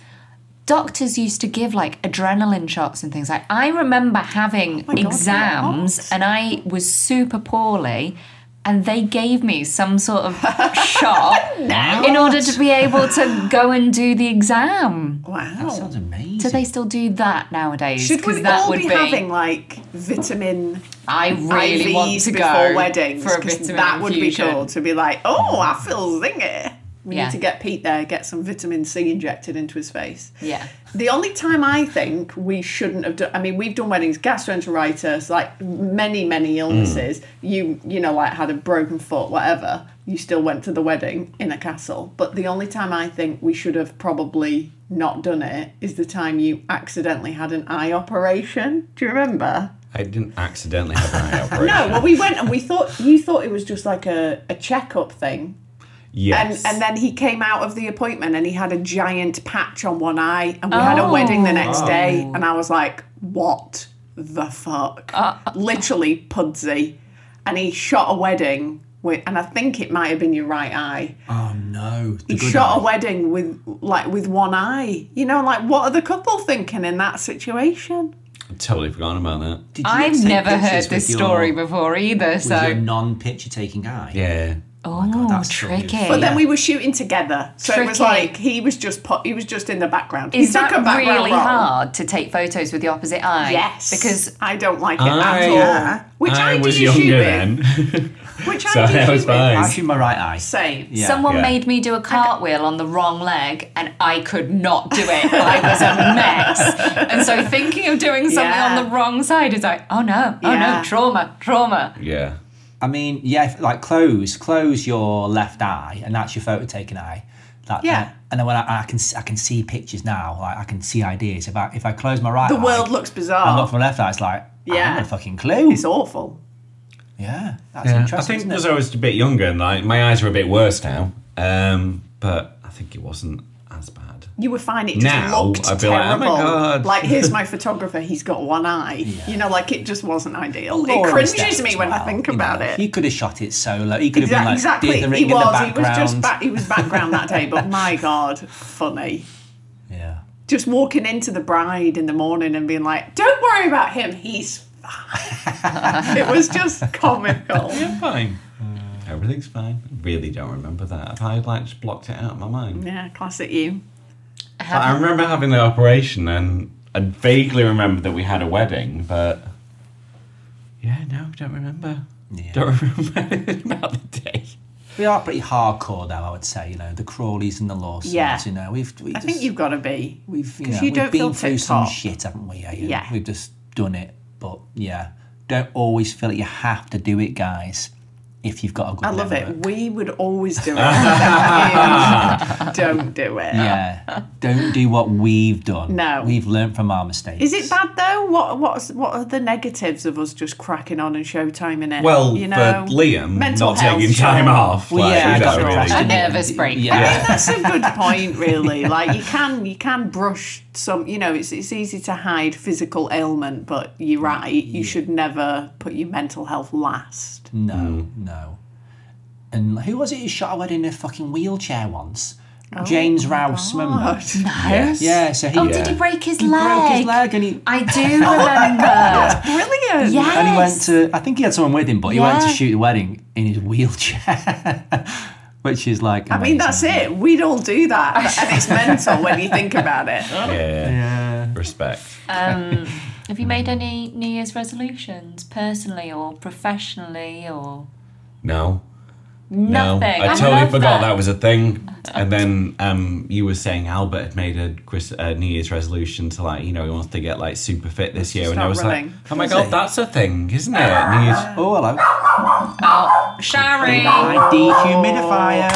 Speaker 2: doctors used to give like adrenaline shots and things like I remember having
Speaker 3: Oh God,
Speaker 2: exams
Speaker 3: what?
Speaker 2: and I was super poorly and they gave me some sort of shot in order to be able to go and do the exam.
Speaker 5: That
Speaker 3: Wow.
Speaker 5: sounds amazing.
Speaker 2: Do they still do that nowadays?
Speaker 3: Should we
Speaker 2: that
Speaker 3: all be, having like vitamin
Speaker 2: I really
Speaker 3: IVs
Speaker 2: want to
Speaker 3: before
Speaker 2: go
Speaker 3: weddings?
Speaker 2: for a
Speaker 3: 'Cause
Speaker 2: vitamin
Speaker 3: that would be
Speaker 2: infusion.
Speaker 3: cool to be like, oh, I feel zingy. We
Speaker 2: Yeah.
Speaker 3: need to get Pete there, get some vitamin C injected into his face.
Speaker 2: Yeah.
Speaker 3: The only time I think we shouldn't have done, I mean, we've done weddings, gastroenteritis, like many, many illnesses. You, you know, like had a broken foot, whatever. You still went to the wedding in a castle. But the only time I think we should have probably not done it is the time you accidentally had an eye operation. Do you remember?
Speaker 1: I didn't accidentally have an eye operation.
Speaker 3: No, well, we went and we thought, you thought it was just like a, a checkup thing. And,
Speaker 1: yes.
Speaker 3: and then he came out of the appointment and he had a giant patch on one eye and we had a wedding the next day and I was like, what the fuck? Literally pudsy. And he shot a wedding with, and I think it might have been your right eye.
Speaker 5: Oh no. The
Speaker 3: He
Speaker 5: good
Speaker 3: shot
Speaker 5: eye.
Speaker 3: a wedding with like with one eye. You know, like what are the couple thinking in that situation?
Speaker 1: totally forgotten about that.
Speaker 5: Did you not
Speaker 2: I've
Speaker 5: take
Speaker 2: never
Speaker 5: pictures
Speaker 2: heard
Speaker 5: with
Speaker 2: this
Speaker 5: your-
Speaker 2: story before either,
Speaker 5: with your
Speaker 2: so
Speaker 5: non-picture taking eye.
Speaker 1: Yeah.
Speaker 2: oh,
Speaker 5: God, that's so
Speaker 2: tricky.
Speaker 5: beautiful.
Speaker 3: But
Speaker 5: Yeah.
Speaker 3: then we were shooting together, so it was
Speaker 2: Tricky.
Speaker 3: like he was just put, he was just in the background.
Speaker 2: Is
Speaker 3: he took
Speaker 2: that
Speaker 3: a background
Speaker 2: really
Speaker 3: role.
Speaker 2: hard to take photos with the opposite eye?
Speaker 3: Yes,
Speaker 2: Because
Speaker 3: I don't like it
Speaker 1: I-
Speaker 3: at all. Which I, do
Speaker 1: was
Speaker 3: shoot
Speaker 1: younger
Speaker 3: with.
Speaker 1: then.
Speaker 3: Which
Speaker 1: So
Speaker 3: I do
Speaker 1: that
Speaker 3: shoot
Speaker 1: was
Speaker 3: with.
Speaker 1: fine.
Speaker 5: I shoot my right eye.
Speaker 3: Same.
Speaker 5: Yeah.
Speaker 2: someone
Speaker 1: yeah.
Speaker 2: made me do a cartwheel on the wrong leg and I could not do it. I was a mess. And so thinking of doing something
Speaker 3: Yeah.
Speaker 2: on the wrong side is like, oh no, oh
Speaker 3: Yeah.
Speaker 2: no, trauma, trauma.
Speaker 1: yeah.
Speaker 5: I mean, yeah, if, like close, close your left eye, and that's your photo taking eye. That,
Speaker 3: Yeah.
Speaker 5: and then when I, I can, s- I can see pictures now. Like I can see ideas. If I, if I close my right,
Speaker 3: The
Speaker 5: eye,
Speaker 3: world looks
Speaker 5: And look
Speaker 3: bizarre.
Speaker 5: from my left eye. It's like, yeah, I
Speaker 3: Yeah.
Speaker 5: haven't a fucking clue.
Speaker 3: It's awful.
Speaker 5: yeah, that's
Speaker 1: Yeah.
Speaker 5: interesting.
Speaker 1: I think
Speaker 5: isn't it?
Speaker 1: because I was a bit younger and like my eyes were a bit worse now. Um, but I think it wasn't as bad.
Speaker 3: You would find it just
Speaker 1: Now,
Speaker 3: looked
Speaker 1: I'd be like, oh my
Speaker 3: terrible.
Speaker 1: God.
Speaker 3: Like, here's my photographer. He's got one eye. You know, like it just wasn't ideal.
Speaker 5: Laura
Speaker 3: it
Speaker 5: was
Speaker 3: cringes
Speaker 5: there
Speaker 3: me
Speaker 5: as
Speaker 3: when I
Speaker 5: well,
Speaker 3: think
Speaker 5: you know.
Speaker 3: about it.
Speaker 5: He could have shot it solo. He could have been
Speaker 3: Exac-
Speaker 5: like
Speaker 3: exactly.
Speaker 5: did the ring
Speaker 3: He
Speaker 5: in the
Speaker 3: was. He was
Speaker 5: background.
Speaker 3: just back, he was background that day. But my God, funny.
Speaker 5: yeah.
Speaker 3: Just walking into the bride in the morning and being like, "Don't worry about him. He's fine." it was just comical.
Speaker 1: Yeah, fine. Everything's fine. I really don't remember that. If I had like just blocked it out of my mind.
Speaker 3: Yeah, classic you.
Speaker 1: But I remember having the operation and I vaguely remember that we had a wedding, but yeah, no, I don't remember.
Speaker 5: Yeah.
Speaker 1: Don't remember anything about the day.
Speaker 5: we are pretty hardcore though. I would say you know the Crawleys and the Lawsons.
Speaker 3: Yeah.
Speaker 5: You know we've. We
Speaker 3: I
Speaker 5: just,
Speaker 3: think you've got to be.
Speaker 5: We've you
Speaker 3: 'cause
Speaker 5: know,
Speaker 3: you
Speaker 5: we've
Speaker 3: don't
Speaker 5: been
Speaker 3: feel
Speaker 5: through some
Speaker 3: TikTok.
Speaker 5: shit, haven't we? Ian?
Speaker 3: Yeah.
Speaker 5: We've just done it, but yeah, don't always feel that you have to do it, guys. If you've got a good.
Speaker 3: I love
Speaker 5: network.
Speaker 3: it. We would always do it. Don't do it.
Speaker 5: Yeah. don't do what we've done.
Speaker 3: No.
Speaker 5: We've learned from our mistakes.
Speaker 3: Is it bad though? What what's what are the negatives of us just cracking on and showtime in it?
Speaker 1: Well,
Speaker 3: you know,
Speaker 1: for Liam,
Speaker 3: mental
Speaker 1: not
Speaker 3: health,
Speaker 1: taking time
Speaker 3: sure.
Speaker 1: off.
Speaker 5: Well,
Speaker 1: like,
Speaker 5: yeah,
Speaker 1: you
Speaker 5: I
Speaker 1: know,
Speaker 5: got
Speaker 1: really.
Speaker 2: A
Speaker 5: procrastinated.
Speaker 2: nervous break.
Speaker 5: Yeah.
Speaker 3: I mean, that's a good point, really. Like you can you can brush some. You know, it's it's easy to hide physical ailment, but you're right. You should never put your mental health
Speaker 2: Mm.
Speaker 3: last.
Speaker 5: No, no. And who was it who shot a wedding in a fucking wheelchair once?
Speaker 3: Oh
Speaker 5: James Rouse, remember?
Speaker 1: Yes.
Speaker 5: Yeah, so he,
Speaker 2: Oh,
Speaker 1: Yeah.
Speaker 2: did he break his
Speaker 5: he
Speaker 2: leg?
Speaker 5: broke his leg and he,
Speaker 2: I do remember.
Speaker 3: Brilliant.
Speaker 2: yes.
Speaker 5: and he went to, I think he had someone with him, but he went to
Speaker 2: Yeah.
Speaker 5: shoot the wedding in his wheelchair, which is like.
Speaker 3: I mean, that's it. We'd all do that, and it's mental when you think about it.
Speaker 1: Yeah.
Speaker 5: Yeah.
Speaker 1: Respect.
Speaker 2: Have you made any New Year's resolutions, personally or professionally or
Speaker 1: No.
Speaker 2: nothing?
Speaker 1: No, I totally
Speaker 2: love
Speaker 1: forgot that. was a thing. And then um, you were saying Albert had made a Chris, uh, New Year's resolution to like, you know, he wants to get like super fit this year. And I
Speaker 3: start
Speaker 1: was
Speaker 3: running.
Speaker 1: like, oh my god, that's a thing, isn't it? New Year's-
Speaker 5: Oh, hello.
Speaker 2: Oh, Shari
Speaker 3: Oh
Speaker 5: My dehumidifier.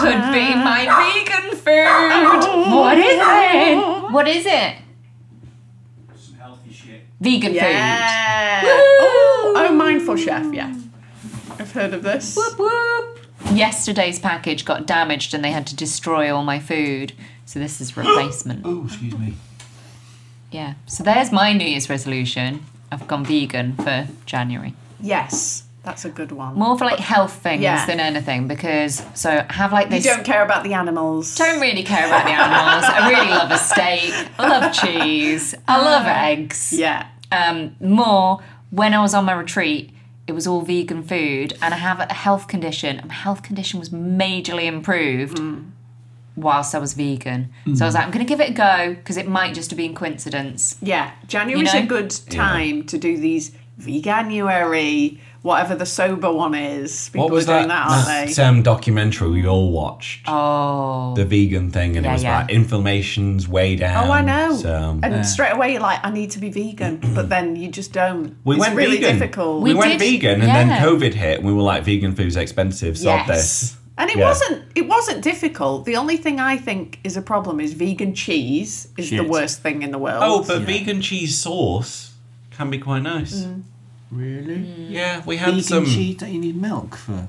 Speaker 2: could be my vegan food.
Speaker 3: Oh.
Speaker 2: What is it? What is it?
Speaker 6: some healthy shit.
Speaker 2: Vegan
Speaker 3: Yeah.
Speaker 2: Woo!
Speaker 3: Oh, oh, mindful chef. Yeah, I've heard of this.
Speaker 2: food. Whoop, whoop. Yesterday's package got damaged and they had to destroy all my food. So this is replacement.
Speaker 5: Oh, excuse me.
Speaker 2: Yeah. So there's my New Year's resolution. I've gone vegan for January.
Speaker 3: Yes, that's a good one.
Speaker 2: More for like health things
Speaker 3: Yeah.
Speaker 2: than anything because so I have like
Speaker 3: You
Speaker 2: this
Speaker 3: don't care about the animals.
Speaker 2: don't really care about the animals. I really love a steak. I love cheese. I love eggs.
Speaker 3: Ah. Yeah.
Speaker 2: Um, more when I was on my retreat, it was all vegan food, and I have a health condition. And my health condition was majorly improved
Speaker 3: Mm.
Speaker 2: whilst I was vegan. So I was like, I'm going to give it a go because it might just have been coincidence.
Speaker 3: Yeah, January's
Speaker 2: You know?
Speaker 3: a good time to do these veganuary, whatever the sober one is. People
Speaker 1: What was
Speaker 3: are
Speaker 1: that?
Speaker 3: doing that, aren't they?
Speaker 1: that um, documentary we all watched.
Speaker 2: Oh,
Speaker 1: The vegan thing, and it
Speaker 2: Yeah,
Speaker 1: was
Speaker 2: yeah.
Speaker 1: like inflammation's way down. um,
Speaker 3: Oh, I know.
Speaker 1: So,
Speaker 3: and straight away, you're like, I need to be vegan, but then you just don't.
Speaker 1: we
Speaker 3: it's
Speaker 1: went
Speaker 3: really
Speaker 1: vegan.
Speaker 3: difficult.
Speaker 1: We,
Speaker 2: We
Speaker 1: went
Speaker 2: did,
Speaker 1: vegan, and
Speaker 2: yeah.
Speaker 1: then COVID hit, and we were like, "Vegan food's expensive." Sod
Speaker 2: Yes.
Speaker 1: this.
Speaker 3: and it
Speaker 1: Yeah.
Speaker 3: wasn't. It wasn't difficult. The only thing I think is a problem is vegan cheese is the
Speaker 5: Shit.
Speaker 3: worst thing in the world.
Speaker 1: Oh, but vegan cheese sauce can be quite nice.
Speaker 3: Mm.
Speaker 5: Really?
Speaker 1: Yeah, we had
Speaker 5: Vegan
Speaker 1: some.
Speaker 5: cheese, don't you need milk for,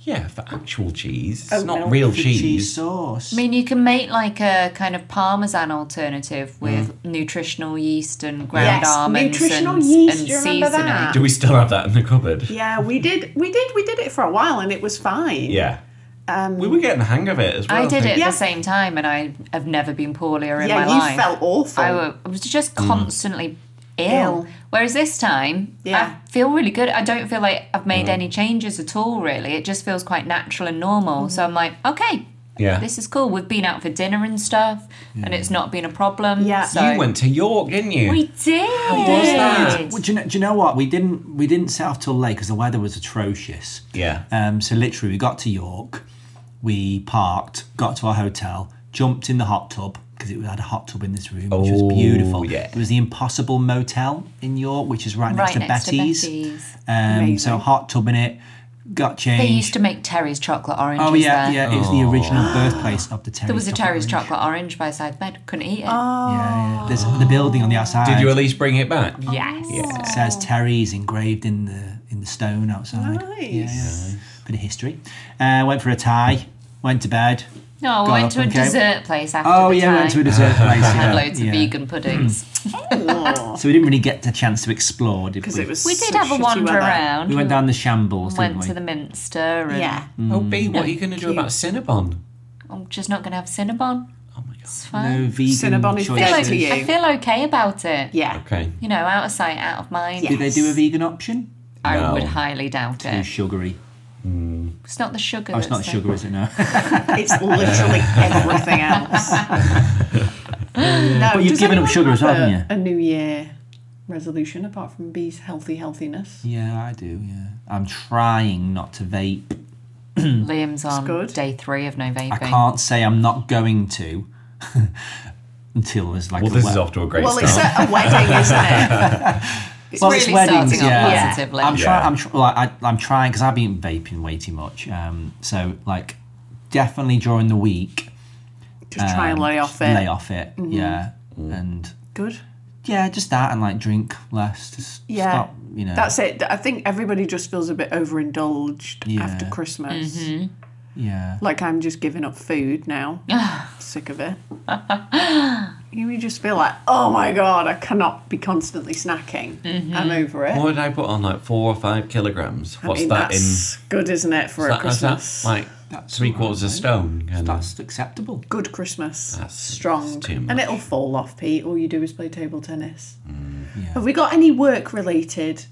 Speaker 1: Yeah, for actual cheese.
Speaker 3: Oat
Speaker 1: It's not
Speaker 3: Oh, milk.
Speaker 1: real
Speaker 5: for
Speaker 1: cheese.
Speaker 5: cheese sauce?
Speaker 2: I mean, you can make like a kind of parmesan alternative with nutritional yeast and ground
Speaker 3: Mm. Yes,
Speaker 2: almonds
Speaker 3: nutritional
Speaker 2: and,
Speaker 3: yeast,
Speaker 2: and
Speaker 3: you
Speaker 2: seasoning.
Speaker 3: remember that?
Speaker 1: Do we still have that in the cupboard?
Speaker 3: Yeah, we did. We did. We did it for a while, and it was fine.
Speaker 1: Yeah.
Speaker 3: Um,
Speaker 1: We were getting the hang of it as well.
Speaker 2: I did it at
Speaker 3: Yeah.
Speaker 2: the same time, and I have never been poorlier in
Speaker 3: yeah,
Speaker 2: my
Speaker 3: you
Speaker 2: life.
Speaker 3: felt awful.
Speaker 2: I wa- I was just constantly ill.
Speaker 3: Ill.
Speaker 2: Whereas this time,
Speaker 3: Yeah.
Speaker 2: I feel really good. I don't feel like I've made any changes at all, really. It just feels quite natural and normal. So I'm like, okay,
Speaker 1: Yeah.
Speaker 2: this is cool. We've been out for dinner and stuff, and it's not been a problem.
Speaker 3: Yeah.
Speaker 2: so
Speaker 1: You went to York, didn't you?
Speaker 2: We did.
Speaker 1: was that?
Speaker 5: Well, do, you know, do you know what we didn't we didn't set off till late because the weather was atrocious.
Speaker 1: Yeah.
Speaker 5: Um, so literally, we got to York, we parked, got to our hotel, jumped in the hot tub because it had a hot tub in this room,
Speaker 1: Oh,
Speaker 5: which was beautiful.
Speaker 1: yeah.
Speaker 5: It was the Impossible Motel in York, which is right,
Speaker 2: Right
Speaker 5: next to
Speaker 2: next to
Speaker 5: Betty's.
Speaker 2: Betty's.
Speaker 5: Um, so hot tub in it, got changed.
Speaker 2: They used to make Terry's chocolate oranges
Speaker 5: oh yeah,
Speaker 2: there.
Speaker 5: yeah. It was the
Speaker 1: Oh.
Speaker 5: original birthplace of the Terry's.
Speaker 2: There was a Terry's
Speaker 5: orange.
Speaker 2: chocolate orange by Side Bed. Couldn't eat it.
Speaker 5: Oh. Yeah, yeah. There's the building on the outside.
Speaker 1: Oh. Did you at least bring it back?
Speaker 2: Yes.
Speaker 5: It says Terry's engraved in the in the stone outside.
Speaker 3: Nice.
Speaker 5: Yeah, yeah. Bit of history. Uh, went for a tie. Went to bed.
Speaker 2: No, Oh, we
Speaker 5: Got
Speaker 2: went
Speaker 5: up
Speaker 2: to a
Speaker 5: and came.
Speaker 2: dessert place after
Speaker 5: Oh
Speaker 2: the
Speaker 5: yeah, went to
Speaker 2: time.
Speaker 5: a dessert place. yeah,
Speaker 2: Had loads
Speaker 5: yeah. Hmm.
Speaker 2: of vegan puddings.
Speaker 5: So we didn't really get the chance to explore. Did
Speaker 3: because
Speaker 5: we?
Speaker 3: it was.
Speaker 2: We did
Speaker 3: such
Speaker 2: have a
Speaker 3: shitty
Speaker 2: wander
Speaker 3: weather.
Speaker 2: around.
Speaker 5: we went down the shambles,
Speaker 2: went
Speaker 5: didn't we?
Speaker 2: to the Minster. And
Speaker 3: Yeah.
Speaker 1: Oh, B, what are you going to do about Cinnabon?
Speaker 2: I'm just not going to have Cinnabon.
Speaker 1: Oh my god.
Speaker 2: It's
Speaker 5: no
Speaker 2: fine.
Speaker 5: vegan
Speaker 3: Cinnabon is
Speaker 2: I, feel
Speaker 3: Back
Speaker 5: choices.
Speaker 3: to
Speaker 2: okay,
Speaker 3: you.
Speaker 2: I feel okay about it.
Speaker 3: Yeah.
Speaker 1: Okay.
Speaker 2: You know, out of sight, out of mind.
Speaker 3: Yeah.
Speaker 5: Did they do a vegan option?
Speaker 2: I
Speaker 1: No.
Speaker 2: would highly doubt
Speaker 5: Too
Speaker 2: it.
Speaker 5: sugary.
Speaker 2: It's not the sugar.
Speaker 5: Oh, it's not
Speaker 2: that's the-
Speaker 5: sugar, is it? No.
Speaker 3: It's literally everything else. no,
Speaker 5: But you've
Speaker 3: does
Speaker 5: given up
Speaker 3: anyone
Speaker 5: sugar as well,
Speaker 3: have a-
Speaker 5: haven't
Speaker 3: A New Year resolution apart from B's healthy healthiness.
Speaker 5: yeah, I do. Yeah, I'm trying not to vape.
Speaker 2: Liam's on
Speaker 3: good.
Speaker 2: day three of no vaping.
Speaker 5: I can't say I'm not going to until there's like
Speaker 1: Well,
Speaker 5: a
Speaker 1: this
Speaker 5: wed-
Speaker 1: is off to a great
Speaker 3: Well, it's
Speaker 1: start.
Speaker 3: at a wedding, isn't it?
Speaker 2: It's
Speaker 5: Well,
Speaker 2: really
Speaker 5: it's weddings,
Speaker 2: starting off
Speaker 5: yeah.
Speaker 2: positively.
Speaker 5: I'm
Speaker 1: Yeah.
Speaker 5: trying. I'm tr- like, I, I'm trying because I've been vaping way too much. Um, so like, definitely during the week,
Speaker 3: Just try and
Speaker 5: um,
Speaker 3: lay
Speaker 5: just
Speaker 3: off it. Mm-hmm.
Speaker 5: Lay off it. Yeah, and
Speaker 3: Good.
Speaker 5: yeah, just that and like drink less. Just
Speaker 3: Yeah.
Speaker 5: stop. You know.
Speaker 3: That's it. I think everybody just feels a bit overindulged
Speaker 5: Yeah.
Speaker 3: after Christmas.
Speaker 5: yeah.
Speaker 3: Like I'm just giving up food now. Sick of it. you you just feel like, oh my god, I cannot be constantly snacking.
Speaker 2: Mm-hmm.
Speaker 3: I'm over it.
Speaker 1: What did I put on? Like four or five kilograms.
Speaker 3: I
Speaker 1: What's
Speaker 3: mean,
Speaker 1: that in? Is
Speaker 3: that's good, isn't it, for a
Speaker 1: that, is that
Speaker 3: Christmas?
Speaker 1: like
Speaker 5: That's
Speaker 1: three
Speaker 5: all right,
Speaker 1: quarters of a
Speaker 5: mate.
Speaker 1: stone? And
Speaker 5: That's acceptable.
Speaker 3: good Christmas,
Speaker 1: That's-
Speaker 3: strong,
Speaker 1: that's too
Speaker 3: and
Speaker 1: much.
Speaker 3: it'll fall off, Pete. All you do is play table tennis.
Speaker 1: Mm,
Speaker 5: yeah.
Speaker 3: Have we got any work-related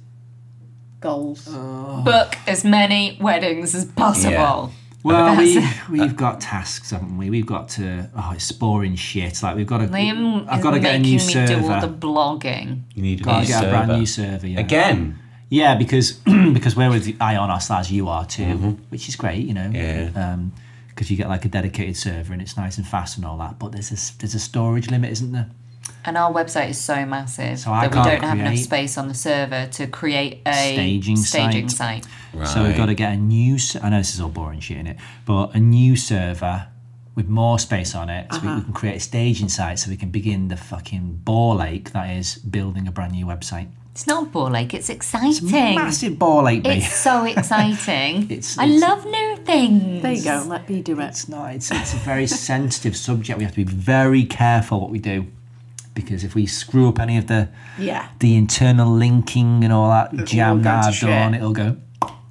Speaker 3: goals?
Speaker 2: Book as many weddings as possible.
Speaker 5: Well, we
Speaker 2: That's-
Speaker 5: we've got tasks, haven't we? We've got to oh, it's boring shit. Like we've got to.
Speaker 2: Liam
Speaker 5: I've
Speaker 2: is
Speaker 5: got to
Speaker 2: making
Speaker 5: get a new
Speaker 2: me
Speaker 5: server.
Speaker 2: do all the blogging.
Speaker 1: you need a
Speaker 5: Got
Speaker 1: new
Speaker 5: to get
Speaker 1: server.
Speaker 5: a brand new server. Yeah.
Speaker 1: Again.
Speaker 5: Yeah, because because we're with Ionos as you are too, which is great, you know.
Speaker 1: Yeah.
Speaker 5: because you get like a dedicated server and it's nice and fast and all that, but there's a there's a storage limit, isn't there?
Speaker 2: And our website is so massive
Speaker 5: So I
Speaker 2: that we don't
Speaker 5: can't
Speaker 2: have enough
Speaker 5: create-
Speaker 2: space on the server to create a
Speaker 5: Staging
Speaker 2: staging site.
Speaker 1: Right.
Speaker 5: So we've got to get a new. s- I know this is all boring shit in it, but a new server with more space on it, so we, we can create a staging site, so we can begin the fucking ball ache that is building a brand new website.
Speaker 2: It's not ball like it's exciting.
Speaker 5: Massive ball ache, mate.
Speaker 2: It's so exciting.
Speaker 5: It's-
Speaker 2: I
Speaker 5: it's-
Speaker 2: love new things.
Speaker 3: there you go. Let me do it.
Speaker 5: It's not. It's, it's a very sensitive subject. We have to be very careful what we do, because if we screw up any of the
Speaker 3: Yeah.
Speaker 5: the internal linking and all that jam
Speaker 3: all go
Speaker 5: that
Speaker 3: to
Speaker 5: I've done,
Speaker 3: shit.
Speaker 5: it'll go.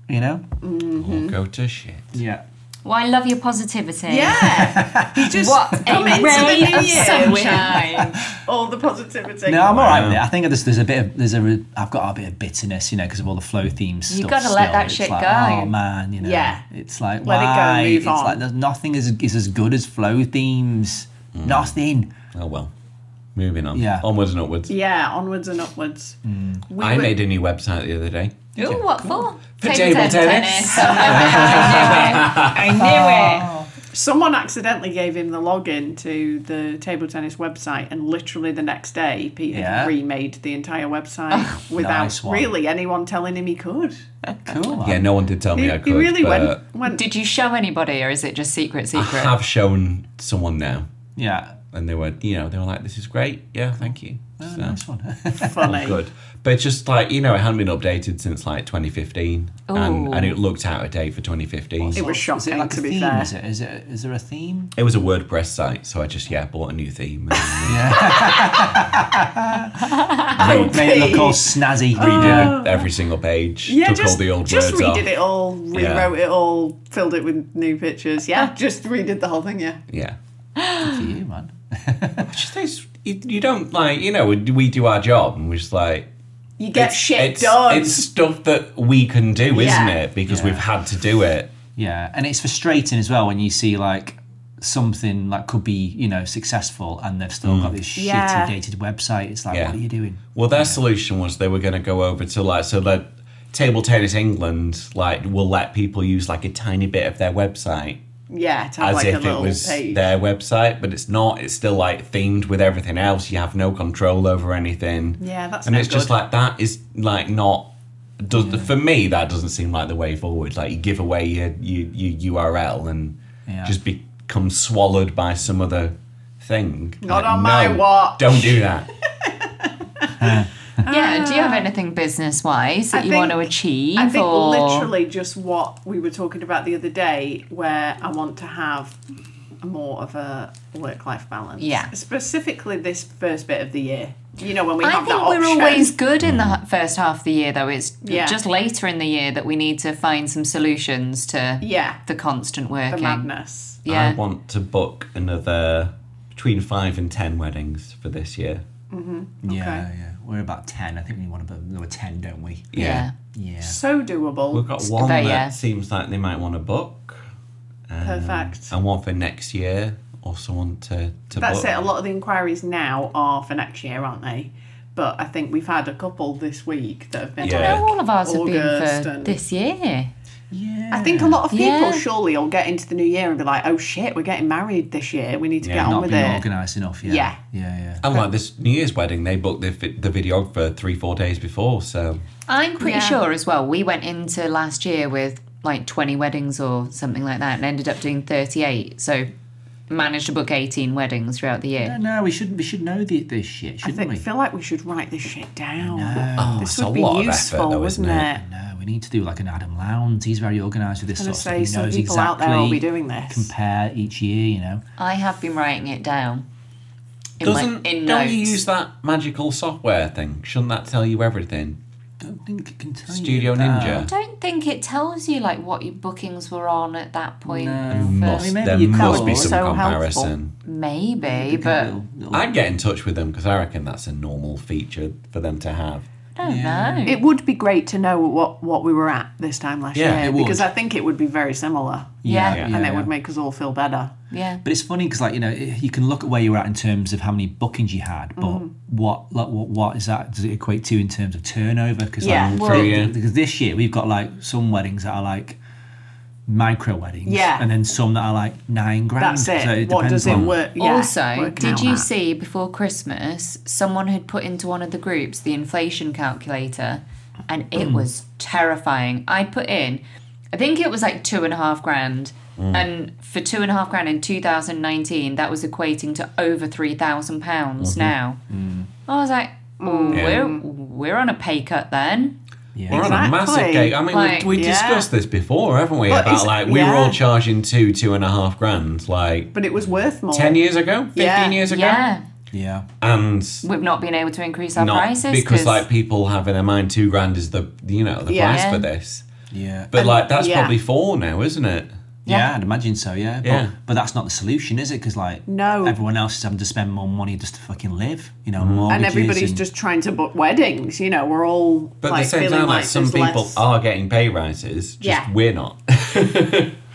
Speaker 5: You know.
Speaker 3: Mm-hmm.
Speaker 1: All go to shit.
Speaker 5: Yeah.
Speaker 2: Well, I love your positivity.
Speaker 3: Yeah. you just
Speaker 2: What a
Speaker 3: come into the
Speaker 2: ray
Speaker 3: new
Speaker 2: of
Speaker 3: year
Speaker 2: sunshine.
Speaker 3: with all the positivity.
Speaker 5: No, I'm all right with it. I think there's, there's a bit of there's a re- I've got a bit of bitterness, you know, because of all the flow themes.
Speaker 2: You
Speaker 5: stuff
Speaker 2: gotta let
Speaker 5: still.
Speaker 2: that
Speaker 5: It's
Speaker 2: shit
Speaker 5: like,
Speaker 2: go.
Speaker 5: Oh man, you know.
Speaker 3: Yeah.
Speaker 5: It's like
Speaker 3: Let it go and
Speaker 5: why?
Speaker 3: move
Speaker 5: it's
Speaker 3: on.
Speaker 5: like there's nothing is is as good as flow themes.
Speaker 1: Mm.
Speaker 5: Nothing.
Speaker 1: Oh well. Moving on.
Speaker 5: Yeah.
Speaker 1: Onwards and upwards.
Speaker 3: Yeah, onwards and upwards. We
Speaker 1: Hmm. I
Speaker 3: were-
Speaker 1: made a new website the other day.
Speaker 2: Ooh, what for?
Speaker 1: For table tennis.
Speaker 2: I knew it. Oh. I knew it.
Speaker 3: someone accidentally gave him the login to the table tennis website, and literally the next day, Peter
Speaker 5: Yeah.
Speaker 3: remade the entire website without
Speaker 5: Nice one.
Speaker 3: really anyone telling him he could.
Speaker 5: Cool. man.
Speaker 1: Oh, Yeah, no one did tell me
Speaker 3: He,
Speaker 1: I
Speaker 3: he
Speaker 1: could.
Speaker 3: really
Speaker 1: but
Speaker 3: went went.
Speaker 2: Did you show anybody, or is it just secret?
Speaker 1: I
Speaker 2: Secret.
Speaker 1: have shown someone now,
Speaker 5: Yeah.
Speaker 1: and they were, you know, they were like, "This is great. Yeah, thank you."
Speaker 5: Oh,
Speaker 1: So,
Speaker 5: nice one.
Speaker 1: all
Speaker 3: funny.
Speaker 1: Oh, good. But it's just like you know, it hadn't been updated since like 2015,
Speaker 2: Ooh.
Speaker 1: and, and it looked out of date for 2015.
Speaker 3: It was
Speaker 5: Is it
Speaker 3: shocking,
Speaker 5: like a
Speaker 3: to be
Speaker 5: theme?
Speaker 3: fair.
Speaker 5: Is it? Is it? Is there a theme?
Speaker 1: It was a WordPress site, so I just yeah bought a new theme. And
Speaker 5: Made, made it look all snazzy.
Speaker 3: Oh.
Speaker 1: redid every single page.
Speaker 3: Yeah,
Speaker 1: took
Speaker 3: just,
Speaker 1: all the old
Speaker 3: just
Speaker 1: words
Speaker 3: redid
Speaker 1: off.
Speaker 3: it all, rewrote it all, filled it with new pictures. Yeah, just redid the whole thing. Yeah,
Speaker 1: Yeah.
Speaker 5: Good for you, man.
Speaker 1: Just it's- you, you don't like you know we- we do our job and we're just like
Speaker 3: you get
Speaker 1: it's-
Speaker 3: shit
Speaker 1: it's,
Speaker 3: done.
Speaker 1: It's stuff that we can do, isn't
Speaker 3: Yeah.
Speaker 1: it? Because we've had to do it.
Speaker 5: Yeah, and it's frustrating as well when you see like something that could be you know successful and they've still got this
Speaker 3: Yeah.
Speaker 5: shitty dated website. It's like,
Speaker 1: Mm. Yeah.
Speaker 5: what are you doing?
Speaker 1: Well, their solution was they were going to go over to like so that Table Tennis England like will let people use like a tiny bit of their website
Speaker 3: yeah, to have
Speaker 1: as
Speaker 3: like a
Speaker 1: if it
Speaker 3: little
Speaker 1: was
Speaker 3: page.
Speaker 1: their website, but it's not. It's still like themed with everything else. You have no control over anything.
Speaker 3: Yeah, that's
Speaker 1: and
Speaker 3: no
Speaker 1: it's just
Speaker 3: good.
Speaker 1: like that is like not. Does, For me, that doesn't seem like the way forward. Like you give away your your, your URL and
Speaker 5: Yeah.
Speaker 1: just become swallowed by some other thing.
Speaker 3: Not on my watch.
Speaker 1: Don't do that.
Speaker 2: Yeah. Do you have anything business wise that
Speaker 3: I
Speaker 2: you want to
Speaker 3: think-
Speaker 2: achieve?
Speaker 3: I think
Speaker 2: or...
Speaker 3: literally just what we were talking about the other day, where I want to have more of a work-life balance.
Speaker 2: Yeah.
Speaker 3: specifically this first bit of the year. You know when we
Speaker 2: I
Speaker 3: have
Speaker 2: think
Speaker 3: that
Speaker 2: we're
Speaker 3: option.
Speaker 2: always good in the h- first half of the year, though. It's
Speaker 3: Yeah.
Speaker 2: just later in the year that we need to find some solutions to
Speaker 3: yeah
Speaker 2: the constant working.
Speaker 3: the madness.
Speaker 1: I
Speaker 2: Yeah.
Speaker 1: want to book another between five and ten weddings for this year.
Speaker 5: Yeah, yeah. We're about ten. I think we want about another ten, don't we?
Speaker 2: yeah.
Speaker 5: Yeah.
Speaker 3: So doable.
Speaker 1: We've got one
Speaker 2: there,
Speaker 1: that
Speaker 2: yeah.
Speaker 1: seems like they might want to book,
Speaker 3: Perfect.
Speaker 1: and one for next year. Also want to to
Speaker 3: That's
Speaker 1: book.
Speaker 3: it. A lot of the inquiries now are for next year, aren't they? But I think we've had a couple this week that have been
Speaker 1: Yeah.
Speaker 2: Now
Speaker 3: like,
Speaker 2: all of ours have been
Speaker 3: August
Speaker 2: for
Speaker 3: and-
Speaker 2: this year.
Speaker 5: Yeah.
Speaker 3: I think a lot of people
Speaker 2: Yeah.
Speaker 3: surely will get into the new year and be like, "Oh shit, we're getting married this year. We need to
Speaker 1: Yeah,
Speaker 3: get on
Speaker 5: not
Speaker 3: with
Speaker 5: being
Speaker 3: it."
Speaker 5: organised enough. Yeah.
Speaker 3: Yeah.
Speaker 5: Yeah. yeah.
Speaker 1: And like this New Year's wedding, they booked the, vi- the videographer three, four days before. So
Speaker 2: I'm pretty
Speaker 3: Yeah.
Speaker 2: sure as well. We went into last year with like 20 weddings or something like that, and ended up doing 38. So managed to book 18 weddings throughout the year.
Speaker 5: No, no, we should we should know the, this shit,
Speaker 3: I
Speaker 5: shouldn't
Speaker 3: think,
Speaker 5: we?
Speaker 3: feel like we should write this shit down.
Speaker 1: Oh,
Speaker 3: this
Speaker 1: it's
Speaker 3: would
Speaker 1: a
Speaker 3: be
Speaker 1: lot of effort,
Speaker 3: useful,
Speaker 1: though,
Speaker 3: wouldn't
Speaker 1: isn't
Speaker 3: it?
Speaker 1: it?
Speaker 5: no, we need to do like an Adam Lowndes. He's very organised with this
Speaker 3: I'm
Speaker 5: sort
Speaker 3: gonna
Speaker 5: of
Speaker 3: say
Speaker 5: stuff.
Speaker 3: some
Speaker 5: He knows
Speaker 3: people
Speaker 5: exactly.
Speaker 3: out there will be doing this.
Speaker 5: Compare each year, you know.
Speaker 2: I have been writing it down. In
Speaker 1: doesn't
Speaker 2: my, in
Speaker 1: don't
Speaker 2: notes.
Speaker 1: you use that magical software thing? Shouldn't that tell you everything?
Speaker 5: Don't think it can tell
Speaker 1: Studio
Speaker 5: you that.
Speaker 1: Ninja.
Speaker 2: I don't think it tells you like what your bookings were on at that point.
Speaker 5: No.
Speaker 2: for-
Speaker 1: Must,
Speaker 5: maybe
Speaker 1: there
Speaker 5: you
Speaker 1: must
Speaker 5: could.
Speaker 1: be
Speaker 5: That would
Speaker 1: some
Speaker 3: be so helpful.
Speaker 1: comparison.
Speaker 2: Maybe, but
Speaker 5: Little- little-
Speaker 1: I'd get in touch with them because I reckon that's a normal feature for them to have.
Speaker 2: I don't know.
Speaker 3: It would be great to know what, what we were at this time last
Speaker 1: Yeah,
Speaker 3: year
Speaker 1: it
Speaker 5: would.
Speaker 3: because I think it would be very similar
Speaker 2: yeah,
Speaker 5: yeah,
Speaker 2: yeah.
Speaker 3: and
Speaker 5: yeah,
Speaker 3: it
Speaker 5: yeah.
Speaker 3: would make us all feel better.
Speaker 5: But it's funny because, like you know, it- you can look at where you're at in terms of how many bookings you had, but
Speaker 3: Mm-hmm.
Speaker 5: what, like, what, what is that? Does it equate to in terms of turnover? Because
Speaker 3: Yeah,
Speaker 5: like,
Speaker 3: well-
Speaker 1: True, yeah.
Speaker 5: because this year we've got like some weddings that are like micro weddings,
Speaker 3: Yeah.
Speaker 5: and then some that are like nine grand.
Speaker 3: That's it.
Speaker 5: So it
Speaker 3: what
Speaker 5: depends
Speaker 3: does it
Speaker 5: on-
Speaker 3: work? Yeah,
Speaker 2: also,
Speaker 3: working
Speaker 2: did
Speaker 3: out
Speaker 2: you
Speaker 3: that.
Speaker 2: see before Christmas someone had put into one of the groups the inflation calculator and it was terrifying. I put in, I think it was like two and a half grand. And for two and a half grand in 2019, that was equating to over three thousand pounds now. I was like, "Ooh,
Speaker 1: Yeah.
Speaker 2: we're we're on a pay cut then.
Speaker 5: Yeah.
Speaker 1: We're on a massive
Speaker 3: Exactly.
Speaker 1: gate. I mean,
Speaker 2: Like,
Speaker 1: we, we
Speaker 3: yeah.
Speaker 1: discussed this before, haven't we?
Speaker 3: But
Speaker 1: About
Speaker 3: it's-
Speaker 1: like we were
Speaker 3: yeah.
Speaker 1: all charging two, two and a half grand, like
Speaker 3: But it was worth more.
Speaker 1: ten years ago, fifteen
Speaker 3: Yeah.
Speaker 1: years ago,
Speaker 2: Yeah,
Speaker 5: Yeah.
Speaker 1: and
Speaker 2: we've not been able to increase our
Speaker 1: not
Speaker 2: prices
Speaker 1: because
Speaker 2: 'cause-
Speaker 1: like people have in their mind two grand is the you know the
Speaker 3: Yeah.
Speaker 1: price for this,
Speaker 5: Yeah.
Speaker 1: but like that's
Speaker 3: yeah.
Speaker 1: probably four now, isn't it?
Speaker 5: yeah,
Speaker 2: Yeah.
Speaker 5: I'd imagine so. Yeah, but,
Speaker 1: Yeah.
Speaker 5: but that's not the solution, is it? Because like,
Speaker 3: No.
Speaker 5: everyone else is having to spend more money just to fucking live. You know, mortgages
Speaker 3: and everybody's
Speaker 5: and-
Speaker 3: just trying to book weddings. You know, we're all
Speaker 1: But
Speaker 3: like
Speaker 1: at the same
Speaker 3: feeling
Speaker 1: time, like
Speaker 3: like
Speaker 1: some
Speaker 3: there's
Speaker 1: people
Speaker 3: less-
Speaker 1: are getting pay rises, just
Speaker 3: Yeah.
Speaker 1: we're not.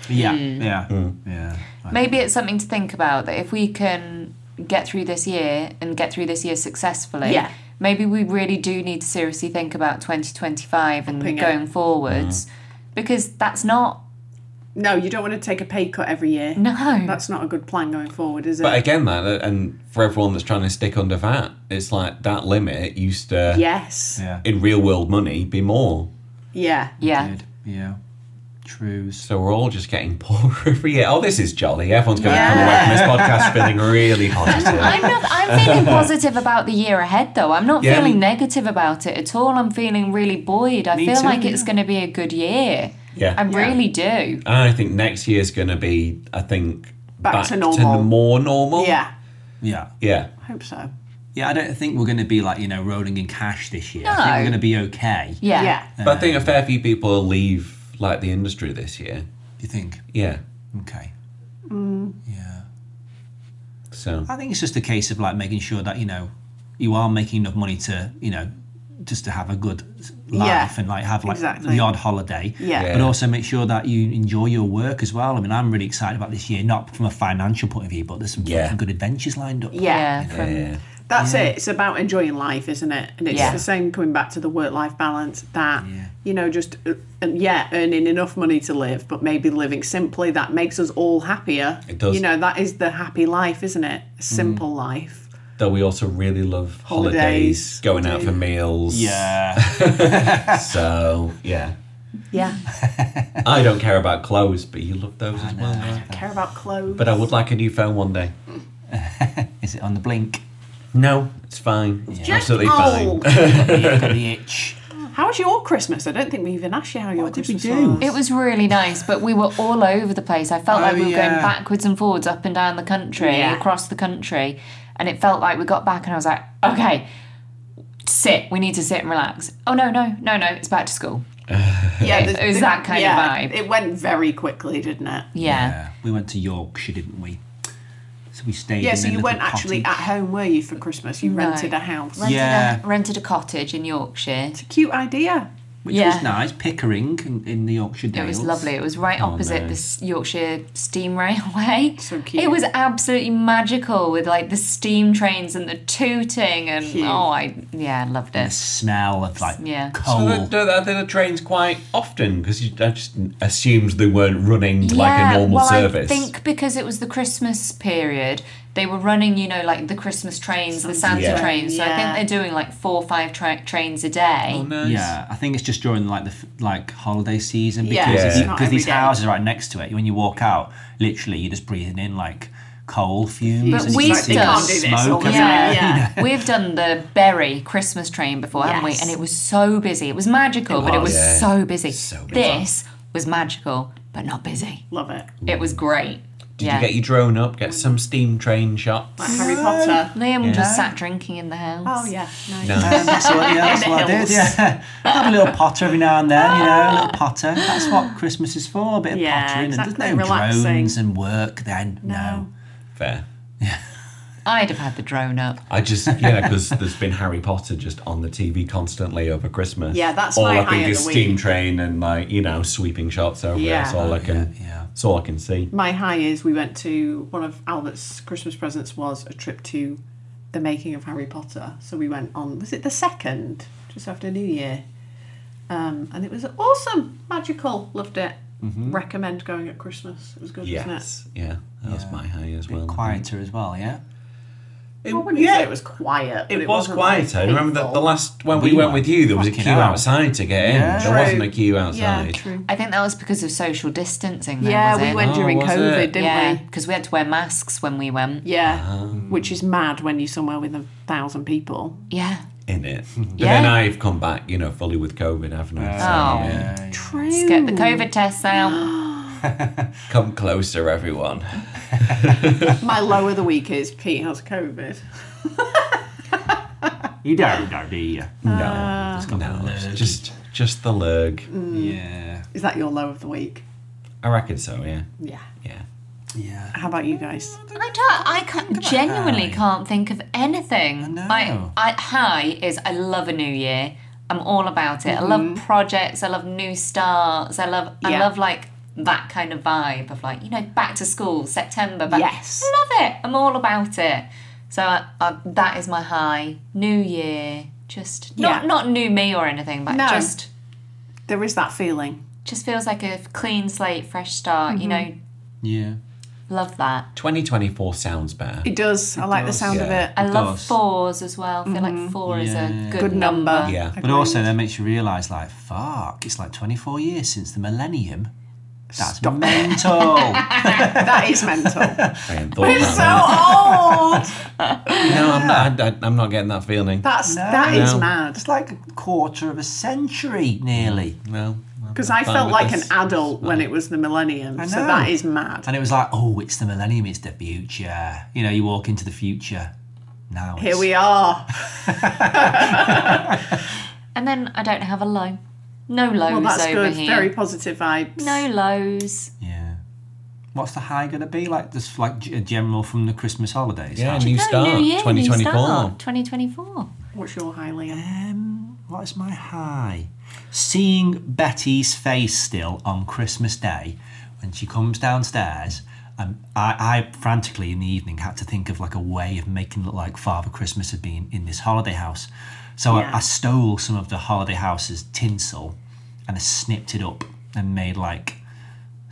Speaker 5: yeah, yeah, yeah.
Speaker 2: Maybe it's something to think about that if we can get through this year and get through this year successfully,
Speaker 3: Yeah.
Speaker 2: maybe we really do need to seriously think about 2025 and
Speaker 3: Upping it.
Speaker 2: going forwards
Speaker 1: Mm.
Speaker 2: because that's not.
Speaker 3: No, you don't want to take a pay cut every year.
Speaker 2: No.
Speaker 3: That's not a good plan going forward, is it?
Speaker 1: But again, that and for everyone that's trying to stick under that, it's like that limit used to
Speaker 3: yes.
Speaker 5: Yeah.
Speaker 1: in real world money be more.
Speaker 3: Yeah.
Speaker 2: yeah.
Speaker 5: Good. Yeah. True. So
Speaker 1: So we're all just getting poorer every year. Oh, this is jolly. Everyone's going to
Speaker 3: Yeah.
Speaker 1: come away from this podcast feeling really positive.
Speaker 2: I'm not. I'm feeling positive about the year ahead, though. I'm not
Speaker 1: Yeah.
Speaker 2: feeling negative about it at all. I'm feeling really buoyed. I
Speaker 5: Me
Speaker 2: feel
Speaker 5: too,
Speaker 2: like it's
Speaker 5: yeah.
Speaker 2: going to be a good year.
Speaker 1: Yeah.
Speaker 2: I really do.
Speaker 1: And I think next year's going to be, I think,
Speaker 3: Back
Speaker 1: back,
Speaker 3: to
Speaker 1: to,
Speaker 3: normal.
Speaker 1: the more normal.
Speaker 3: Yeah.
Speaker 5: yeah.
Speaker 1: Yeah.
Speaker 3: I hope so.
Speaker 5: Yeah, I don't think we're going to be like you know rolling in cash this year. I
Speaker 2: No.
Speaker 5: think we're going to be okay.
Speaker 2: Yeah.
Speaker 3: Yeah.
Speaker 1: But I think a fair few people will leave like the industry this year.
Speaker 5: You think?
Speaker 1: Yeah.
Speaker 5: Okay. Yeah.
Speaker 1: So
Speaker 5: I think it's just a case of like making sure that you know you are making enough money to you know just to have a good life
Speaker 3: Yeah,
Speaker 5: and like have like
Speaker 3: exactly.
Speaker 5: the odd holiday.
Speaker 3: Yeah. Yeah.
Speaker 5: But also make sure that you enjoy your work as well. I mean, I'm really excited about this year, not from a financial point of view, but there's some
Speaker 1: Yeah.
Speaker 5: fucking good adventures lined up.
Speaker 3: Yeah.
Speaker 2: Yeah, from-
Speaker 1: yeah.
Speaker 3: That's it. It's about enjoying life, isn't it? And it's
Speaker 2: Yeah.
Speaker 3: the same coming back to the work life balance that,
Speaker 5: Yeah.
Speaker 3: you know, just, uh, and yeah, earning enough money to live, but maybe living simply. That makes us all happier.
Speaker 1: It does. Mm.
Speaker 3: You know, that is the happy life, isn't it? Simple life.
Speaker 1: Though we also really love holidays,
Speaker 3: Holidays.
Speaker 1: going out for meals.
Speaker 5: Yeah.
Speaker 1: So yeah,
Speaker 3: Yeah.
Speaker 1: I don't care about clothes, but you love those as well. right?
Speaker 3: Care about clothes.
Speaker 1: But I would like a new phone one day.
Speaker 5: Is it on the blink?
Speaker 1: No, it's fine. It's absolutely
Speaker 3: Oh,
Speaker 1: fine.
Speaker 5: Got the itch.
Speaker 3: how was your Christmas? I don't think we even asked you how your
Speaker 5: What did we
Speaker 3: Christmas
Speaker 5: do?
Speaker 3: was.
Speaker 2: It was really nice, but we were all over the place. I felt
Speaker 5: Oh,
Speaker 2: like we were
Speaker 5: yeah.
Speaker 2: going backwards and forwards, up and down the country,
Speaker 3: Yeah.
Speaker 2: across the country. And it felt like we got back and I was like, okay, sit. We need to sit and relax. Oh, no, no, no, no. It's back to school.
Speaker 3: yeah,
Speaker 2: it was that kind of vibe.
Speaker 3: It went very quickly, didn't it?
Speaker 2: Yeah.
Speaker 5: Yeah. We went to Yorkshire, didn't we? So we stayed.
Speaker 3: Yeah,
Speaker 5: in
Speaker 3: so
Speaker 5: a
Speaker 3: you
Speaker 5: little
Speaker 3: weren't actually at
Speaker 5: cottage.
Speaker 3: home, were you, for Christmas? You rented a house.
Speaker 2: Rented,
Speaker 5: Yeah.
Speaker 2: a, rented a cottage in Yorkshire.
Speaker 3: Cute idea.
Speaker 5: which
Speaker 2: Yeah.
Speaker 5: was nice. Oh, Pickering in, in the Yorkshire Dales.
Speaker 2: It was lovely. It was right opposite
Speaker 1: no.
Speaker 2: this Yorkshire Steam Railway.
Speaker 3: So cute.
Speaker 2: It was absolutely magical with like the steam trains and the tooting and
Speaker 3: Cute.
Speaker 2: oh, I yeah, I loved
Speaker 5: The
Speaker 2: it.
Speaker 5: smell of like
Speaker 2: Yeah.
Speaker 5: coal.
Speaker 1: So do that the trains quite often because I just assumes they weren't running like a normal
Speaker 2: well,
Speaker 1: service.
Speaker 2: I think because it was the Christmas period, they were running, you know, like the Christmas trains, the Santa
Speaker 1: Yeah.
Speaker 2: trains. So
Speaker 3: Yeah.
Speaker 2: I think they're doing like four or five tra- trains a day.
Speaker 1: oh, nice.
Speaker 5: Yeah, I think it's just during like the f- like holiday season because
Speaker 3: Yeah,
Speaker 1: it's
Speaker 5: if you-
Speaker 3: not
Speaker 5: because
Speaker 3: every
Speaker 5: these
Speaker 3: day.
Speaker 5: houses are right next to it. When you walk out, literally you're just breathing in like coal fumes.
Speaker 2: But
Speaker 5: and you
Speaker 2: we
Speaker 5: can
Speaker 2: still-
Speaker 5: see
Speaker 2: They
Speaker 5: the
Speaker 2: can't
Speaker 3: do this all
Speaker 5: smoke
Speaker 3: the
Speaker 5: and-
Speaker 3: time. Yeah.
Speaker 2: We've done the Berry Christmas train before, haven't we?
Speaker 3: Yes.
Speaker 2: And it was so busy. It was magical, but it was
Speaker 1: Yeah.
Speaker 2: so busy.
Speaker 1: So busy.
Speaker 2: This was magical, but not busy.
Speaker 3: Love it.
Speaker 2: It was great.
Speaker 1: Did
Speaker 2: yeah.
Speaker 1: you get your drone up? Get some steam train shots.
Speaker 3: Like Harry Potter.
Speaker 2: Liam just sat drinking in the house.
Speaker 3: Oh yeah, nice.
Speaker 1: No.
Speaker 5: That's what, yeah, that's what I did. Yeah, have a little potter every now and then, you know, a little potter. That's what Christmas is for—a bit of
Speaker 3: Yeah,
Speaker 5: pottering. And
Speaker 3: exactly,
Speaker 5: there's no
Speaker 3: relaxing.
Speaker 5: drones and work then. No,
Speaker 1: Fair.
Speaker 2: I'd have had the drone up.
Speaker 1: I just yeah, because there's been Harry Potter just on the TV constantly over Christmas.
Speaker 3: Yeah, that's
Speaker 1: all
Speaker 3: my
Speaker 1: I
Speaker 3: high
Speaker 1: think
Speaker 3: of
Speaker 1: is
Speaker 3: the
Speaker 1: steam
Speaker 3: week.
Speaker 1: train and like you know sweeping shots over.
Speaker 3: Yeah.
Speaker 1: Yeah, that's all I can.
Speaker 5: Oh, yeah, yeah.
Speaker 1: that's all I can see.
Speaker 3: My high is we went to one of Albert's Christmas presents was a trip to the making of Harry Potter. So we went on was it the second just after New Year, um, and it was awesome, magical, loved it. Recommend going at Christmas. It was good, wasn't
Speaker 1: Yes, yeah, that was my high as well.
Speaker 5: quieter as well. Yeah,
Speaker 1: It,
Speaker 3: it? Well, when you say
Speaker 1: yeah,
Speaker 3: it was quiet, but
Speaker 1: it was
Speaker 3: wasn't, like,
Speaker 1: quiet. I remember that the
Speaker 3: painful.
Speaker 1: last when we,
Speaker 5: We
Speaker 1: went
Speaker 5: went
Speaker 1: with you, there was a
Speaker 5: fucking
Speaker 1: queue
Speaker 5: out.
Speaker 1: outside to get in.
Speaker 5: Yeah.
Speaker 1: There
Speaker 3: True.
Speaker 1: wasn't a queue
Speaker 3: Yeah,
Speaker 1: outside.
Speaker 3: true.
Speaker 2: I think that was because of social distancing. Though,
Speaker 3: Yeah,
Speaker 2: was
Speaker 3: we
Speaker 2: it?
Speaker 3: went
Speaker 1: Oh,
Speaker 3: during
Speaker 1: was it?
Speaker 3: COVID, didn't
Speaker 2: yeah,
Speaker 3: we?
Speaker 2: because we had to wear masks when we went.
Speaker 3: Yeah,
Speaker 1: Um.
Speaker 3: which is mad when you're somewhere with a thousand people.
Speaker 2: Yeah.
Speaker 1: In it, but
Speaker 2: Yeah.
Speaker 1: then I've come back, you know, fully with COVID, haven't I?
Speaker 2: Oh.
Speaker 1: So, yeah.
Speaker 3: True.
Speaker 2: Let's get the COVID tests out.
Speaker 1: Come closer, everyone.
Speaker 3: My low of the week is Pete has COVID.
Speaker 5: you don't, don't do you?
Speaker 1: No,
Speaker 5: got
Speaker 3: Ah.
Speaker 1: no,
Speaker 5: the lurgy.
Speaker 1: just just the lurg.
Speaker 3: Mm.
Speaker 5: Yeah,
Speaker 3: Is that your low of the week?
Speaker 1: I reckon so. Yeah,
Speaker 3: Yeah.
Speaker 1: yeah.
Speaker 5: yeah.
Speaker 3: How about you guys?
Speaker 2: I don't. I can't, genuinely can't think of anything. I
Speaker 5: know.
Speaker 2: My I, high is I love a new year. I'm all about it. I love projects. I love new starts. I love. I
Speaker 3: Mm-hmm. Yeah.
Speaker 2: love like that kind of vibe of like you know back to school September. Back,
Speaker 3: Yes.
Speaker 2: I love it. I'm all about it. So I, I, that is my high. New year, just not
Speaker 3: Yeah.
Speaker 2: not new me or anything, but
Speaker 3: No.
Speaker 2: just
Speaker 3: There is that feeling.
Speaker 2: just feels like a clean slate, fresh start. You
Speaker 3: Mm-hmm.
Speaker 2: know,
Speaker 5: Yeah.
Speaker 2: love that.
Speaker 1: 2024 sounds better.
Speaker 3: It does. I like the
Speaker 5: does.
Speaker 3: sound
Speaker 1: Yeah.
Speaker 3: of it.
Speaker 2: I love
Speaker 5: does.
Speaker 2: fours as well. I feel like four is a
Speaker 5: Yeah.
Speaker 2: good,
Speaker 3: Mm-hmm. Good number.
Speaker 1: Yeah.
Speaker 5: But also, that makes you realise, like, fuck, it's like 24 years since the millennium. That's
Speaker 3: Stop.
Speaker 5: mental.
Speaker 3: that is mental.
Speaker 1: I hadn't thought about that.
Speaker 3: so old.
Speaker 1: No, I'm not. I, I, am not getting that feeling.
Speaker 3: That's that is
Speaker 1: No.
Speaker 3: mad.
Speaker 5: it's like a quarter of a century nearly.
Speaker 1: no, I'm
Speaker 3: Because I
Speaker 1: fine
Speaker 3: felt
Speaker 1: with
Speaker 3: like
Speaker 1: this.
Speaker 3: an adult when it was the millennium.
Speaker 5: I
Speaker 3: So
Speaker 5: know.
Speaker 3: that is mad.
Speaker 5: And it was like, oh, it's the millennium, it's the future. You know, you walk into the future. Now it's,
Speaker 3: Here we are.
Speaker 2: And then I don't have a low. No lows
Speaker 3: Well, that's
Speaker 2: over
Speaker 3: good.
Speaker 2: here.
Speaker 3: Very positive vibes.
Speaker 2: No lows.
Speaker 5: Yeah. What's the high going to be? Like, just like g- a general from the Christmas holidays?
Speaker 1: Yeah,
Speaker 5: Like,
Speaker 1: new
Speaker 2: no,
Speaker 1: start.
Speaker 2: New year,
Speaker 1: 2024.
Speaker 2: New start. 2024.
Speaker 3: What's your high, Liam?
Speaker 5: um, what is my high? Seeing Betty's face still on Christmas Day when she comes downstairs. Um, I, I frantically in the evening had to think of like a way of making it look like Father Christmas had been in this holiday house. So
Speaker 3: Yeah.
Speaker 5: I, I stole some of the holiday house's tinsel and I snipped it up and made like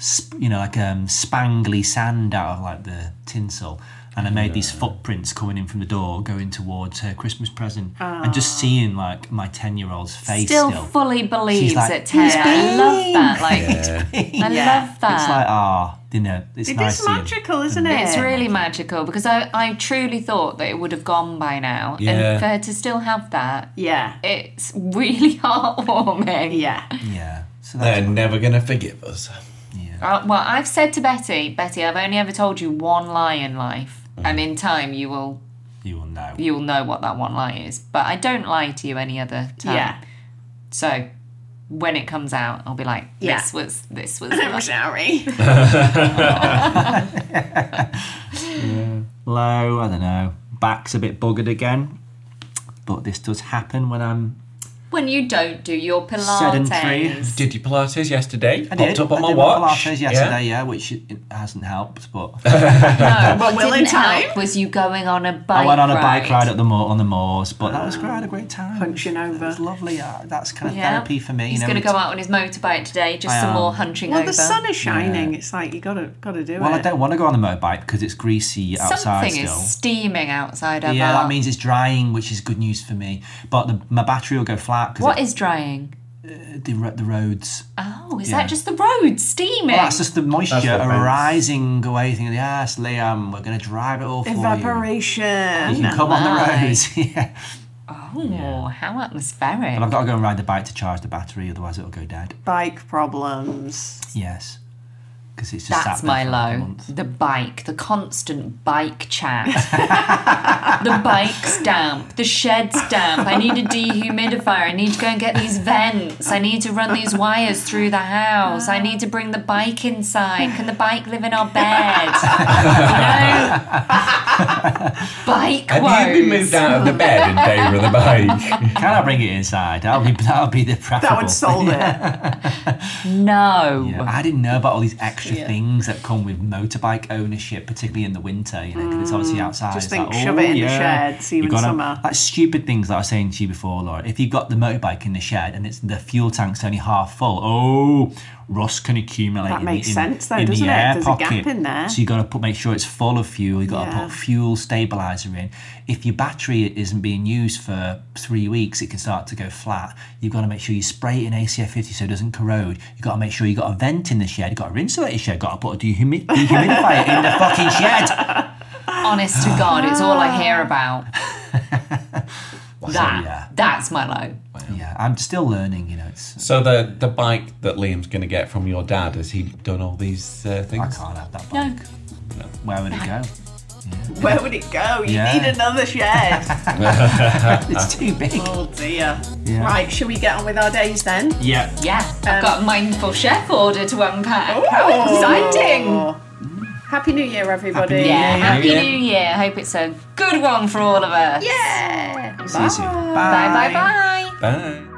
Speaker 5: sp- you know, like um, spangly sand out of like the tinsel. And I made these footprints coming in from the door, going towards her Christmas present, and just seeing like my ten-year-old's face
Speaker 2: Still,
Speaker 5: Ah. still.
Speaker 2: fully believes
Speaker 5: like,
Speaker 2: it, Ted. I love that. Like, I love
Speaker 5: It's like
Speaker 2: that.
Speaker 5: ah, you know, it's
Speaker 3: It
Speaker 5: nice.
Speaker 3: is
Speaker 5: seeing-
Speaker 3: magical, isn't it?
Speaker 2: It's really magical because I, I truly thought that it would have gone by now.
Speaker 1: Yeah.
Speaker 2: And for her to still have that,
Speaker 3: Yeah.
Speaker 2: it's really heartwarming.
Speaker 3: Yeah.
Speaker 5: Yeah. So that's,
Speaker 1: They're never gonna forgive us.
Speaker 2: Uh, well, I've said to Betty, Betty, I've only ever told you one lie in life, and in time you will
Speaker 5: you will know.
Speaker 2: you will know what that one lie is. But I don't lie to you any other time.
Speaker 3: Yeah.
Speaker 2: So when it comes out, I'll be like,
Speaker 3: Yeah.
Speaker 2: this was this was.
Speaker 3: I'm sorry.
Speaker 5: Low. I don't know. Back's a bit buggered again, but this does happen when I'm
Speaker 2: when you don't do your Pilates.
Speaker 5: Sedentary.
Speaker 1: Did you Pilates yesterday?
Speaker 5: I
Speaker 1: Popped
Speaker 5: did.
Speaker 1: up on
Speaker 5: I
Speaker 1: my
Speaker 5: did
Speaker 1: watch.
Speaker 5: Pilates
Speaker 1: Yeah.
Speaker 5: yesterday, yeah. which it hasn't helped, but
Speaker 2: No, what
Speaker 3: Will in
Speaker 2: didn't
Speaker 3: time?
Speaker 2: help was you going on a bike.
Speaker 5: I went on a
Speaker 2: ride.
Speaker 5: bike ride up the moor on the moors, but that was great. I had a great time.
Speaker 3: Punching
Speaker 5: It was
Speaker 3: over.
Speaker 5: lovely. Uh, that's kind of
Speaker 2: Yeah.
Speaker 5: therapy for me.
Speaker 2: He's
Speaker 5: you know,
Speaker 2: going to
Speaker 5: it's-
Speaker 2: go out on his motorbike today, just
Speaker 5: I
Speaker 2: some
Speaker 5: am.
Speaker 2: more hunching
Speaker 3: Well,
Speaker 2: over.
Speaker 3: the sun is shining. It's like you gotta gotta do
Speaker 5: Well, I
Speaker 3: it.
Speaker 5: don't want to go on the motorbike because it's greasy outside
Speaker 2: Something
Speaker 5: still.
Speaker 2: is steaming outside our
Speaker 5: yeah,
Speaker 2: bar.
Speaker 5: that means it's drying, which is good news for me. But the, my battery will go flat
Speaker 2: what
Speaker 5: because
Speaker 2: is drying?
Speaker 5: the, ro- the roads.
Speaker 2: Oh, is
Speaker 5: Yeah.
Speaker 2: that just the road steaming?
Speaker 5: Well, that's just the moisture
Speaker 1: what matters.
Speaker 5: arising away. Thinking, yes, Liam, we're going to drive it all for you. You
Speaker 3: Evaporation.
Speaker 5: can come on the
Speaker 2: Right.
Speaker 5: roads. yeah.
Speaker 2: oh, how atmospheric.
Speaker 5: But I've got to go and ride the bike to charge the battery, otherwise it'll go dead.
Speaker 3: Bike problems.
Speaker 5: Yes. Because it's just
Speaker 2: That's
Speaker 5: sat there
Speaker 2: my
Speaker 5: for like a
Speaker 2: low.
Speaker 5: month.
Speaker 2: The bike, the constant bike chat. the bike's damp. The shed's damp. I need a dehumidifier. I need to go and get these vents. I need to run these wires through the house. I need to bring the bike inside. Can the bike live in our bed? you know? bike
Speaker 1: Have
Speaker 2: woes.
Speaker 1: you been moved out of the bed in favour of the bike?
Speaker 5: Can I bring it inside? That'll be that'll be the preferable.
Speaker 3: That would solve it.
Speaker 2: No.
Speaker 5: Yeah, I didn't know about all these extra
Speaker 3: Yeah.
Speaker 5: things that come with motorbike ownership, particularly in the winter. You know, 'cause it's obviously outside.
Speaker 3: Just
Speaker 5: It's "Oh,
Speaker 3: think, shove it in the shed, see you
Speaker 5: You've
Speaker 3: in
Speaker 5: gotta-
Speaker 3: summer.
Speaker 5: That stupid things that I was saying to you before, Laura. If you've got the motorbike in the shed and it's the fuel tank's only half full, oh, rust can accumulate.
Speaker 3: That
Speaker 5: in the-
Speaker 3: makes
Speaker 5: in-
Speaker 3: sense though,
Speaker 5: in the
Speaker 3: doesn't it?
Speaker 5: air
Speaker 3: There's a gap
Speaker 5: pocket.
Speaker 3: in there.
Speaker 5: So you got to put make sure it's full of fuel. You got to
Speaker 3: Yeah.
Speaker 5: put fuel stabilizer in. If your battery isn't being used for three weeks, it can start to go flat. You've got to make sure you spray it in ACF 50 so it doesn't corrode. You've got to make sure you got a vent in the shed. You've got to rinse out your shed. Got to put a dehumi- dehumidifier in the fucking shed.
Speaker 2: Honest to God, it's all I hear about. that.
Speaker 5: yeah.
Speaker 2: That's my low.
Speaker 5: Yeah, I'm still learning. You know, it's
Speaker 1: so the the bike that Liam's going to get from your dad has he done all these uh,
Speaker 5: I
Speaker 1: things?
Speaker 5: can't have that
Speaker 2: No.
Speaker 5: bike. Where would it go?
Speaker 3: Where would it go? You
Speaker 5: Yeah.
Speaker 3: need another shed.
Speaker 5: It's too big.
Speaker 3: oh dear.
Speaker 5: Yeah.
Speaker 3: Right, shall we get on with our days then?
Speaker 5: Yeah.
Speaker 2: Yeah, I've got
Speaker 5: Um,
Speaker 2: a mindful chef order to unpack. How
Speaker 3: Oh.
Speaker 2: exciting!
Speaker 3: Happy New Year, everybody.
Speaker 5: Happy New
Speaker 2: Yeah,
Speaker 5: Year.
Speaker 2: happy
Speaker 5: Yeah.
Speaker 2: new year. Hope it's a good one for all of us.
Speaker 3: Yeah.
Speaker 5: See you soon.
Speaker 2: Bye bye bye.
Speaker 1: Bye.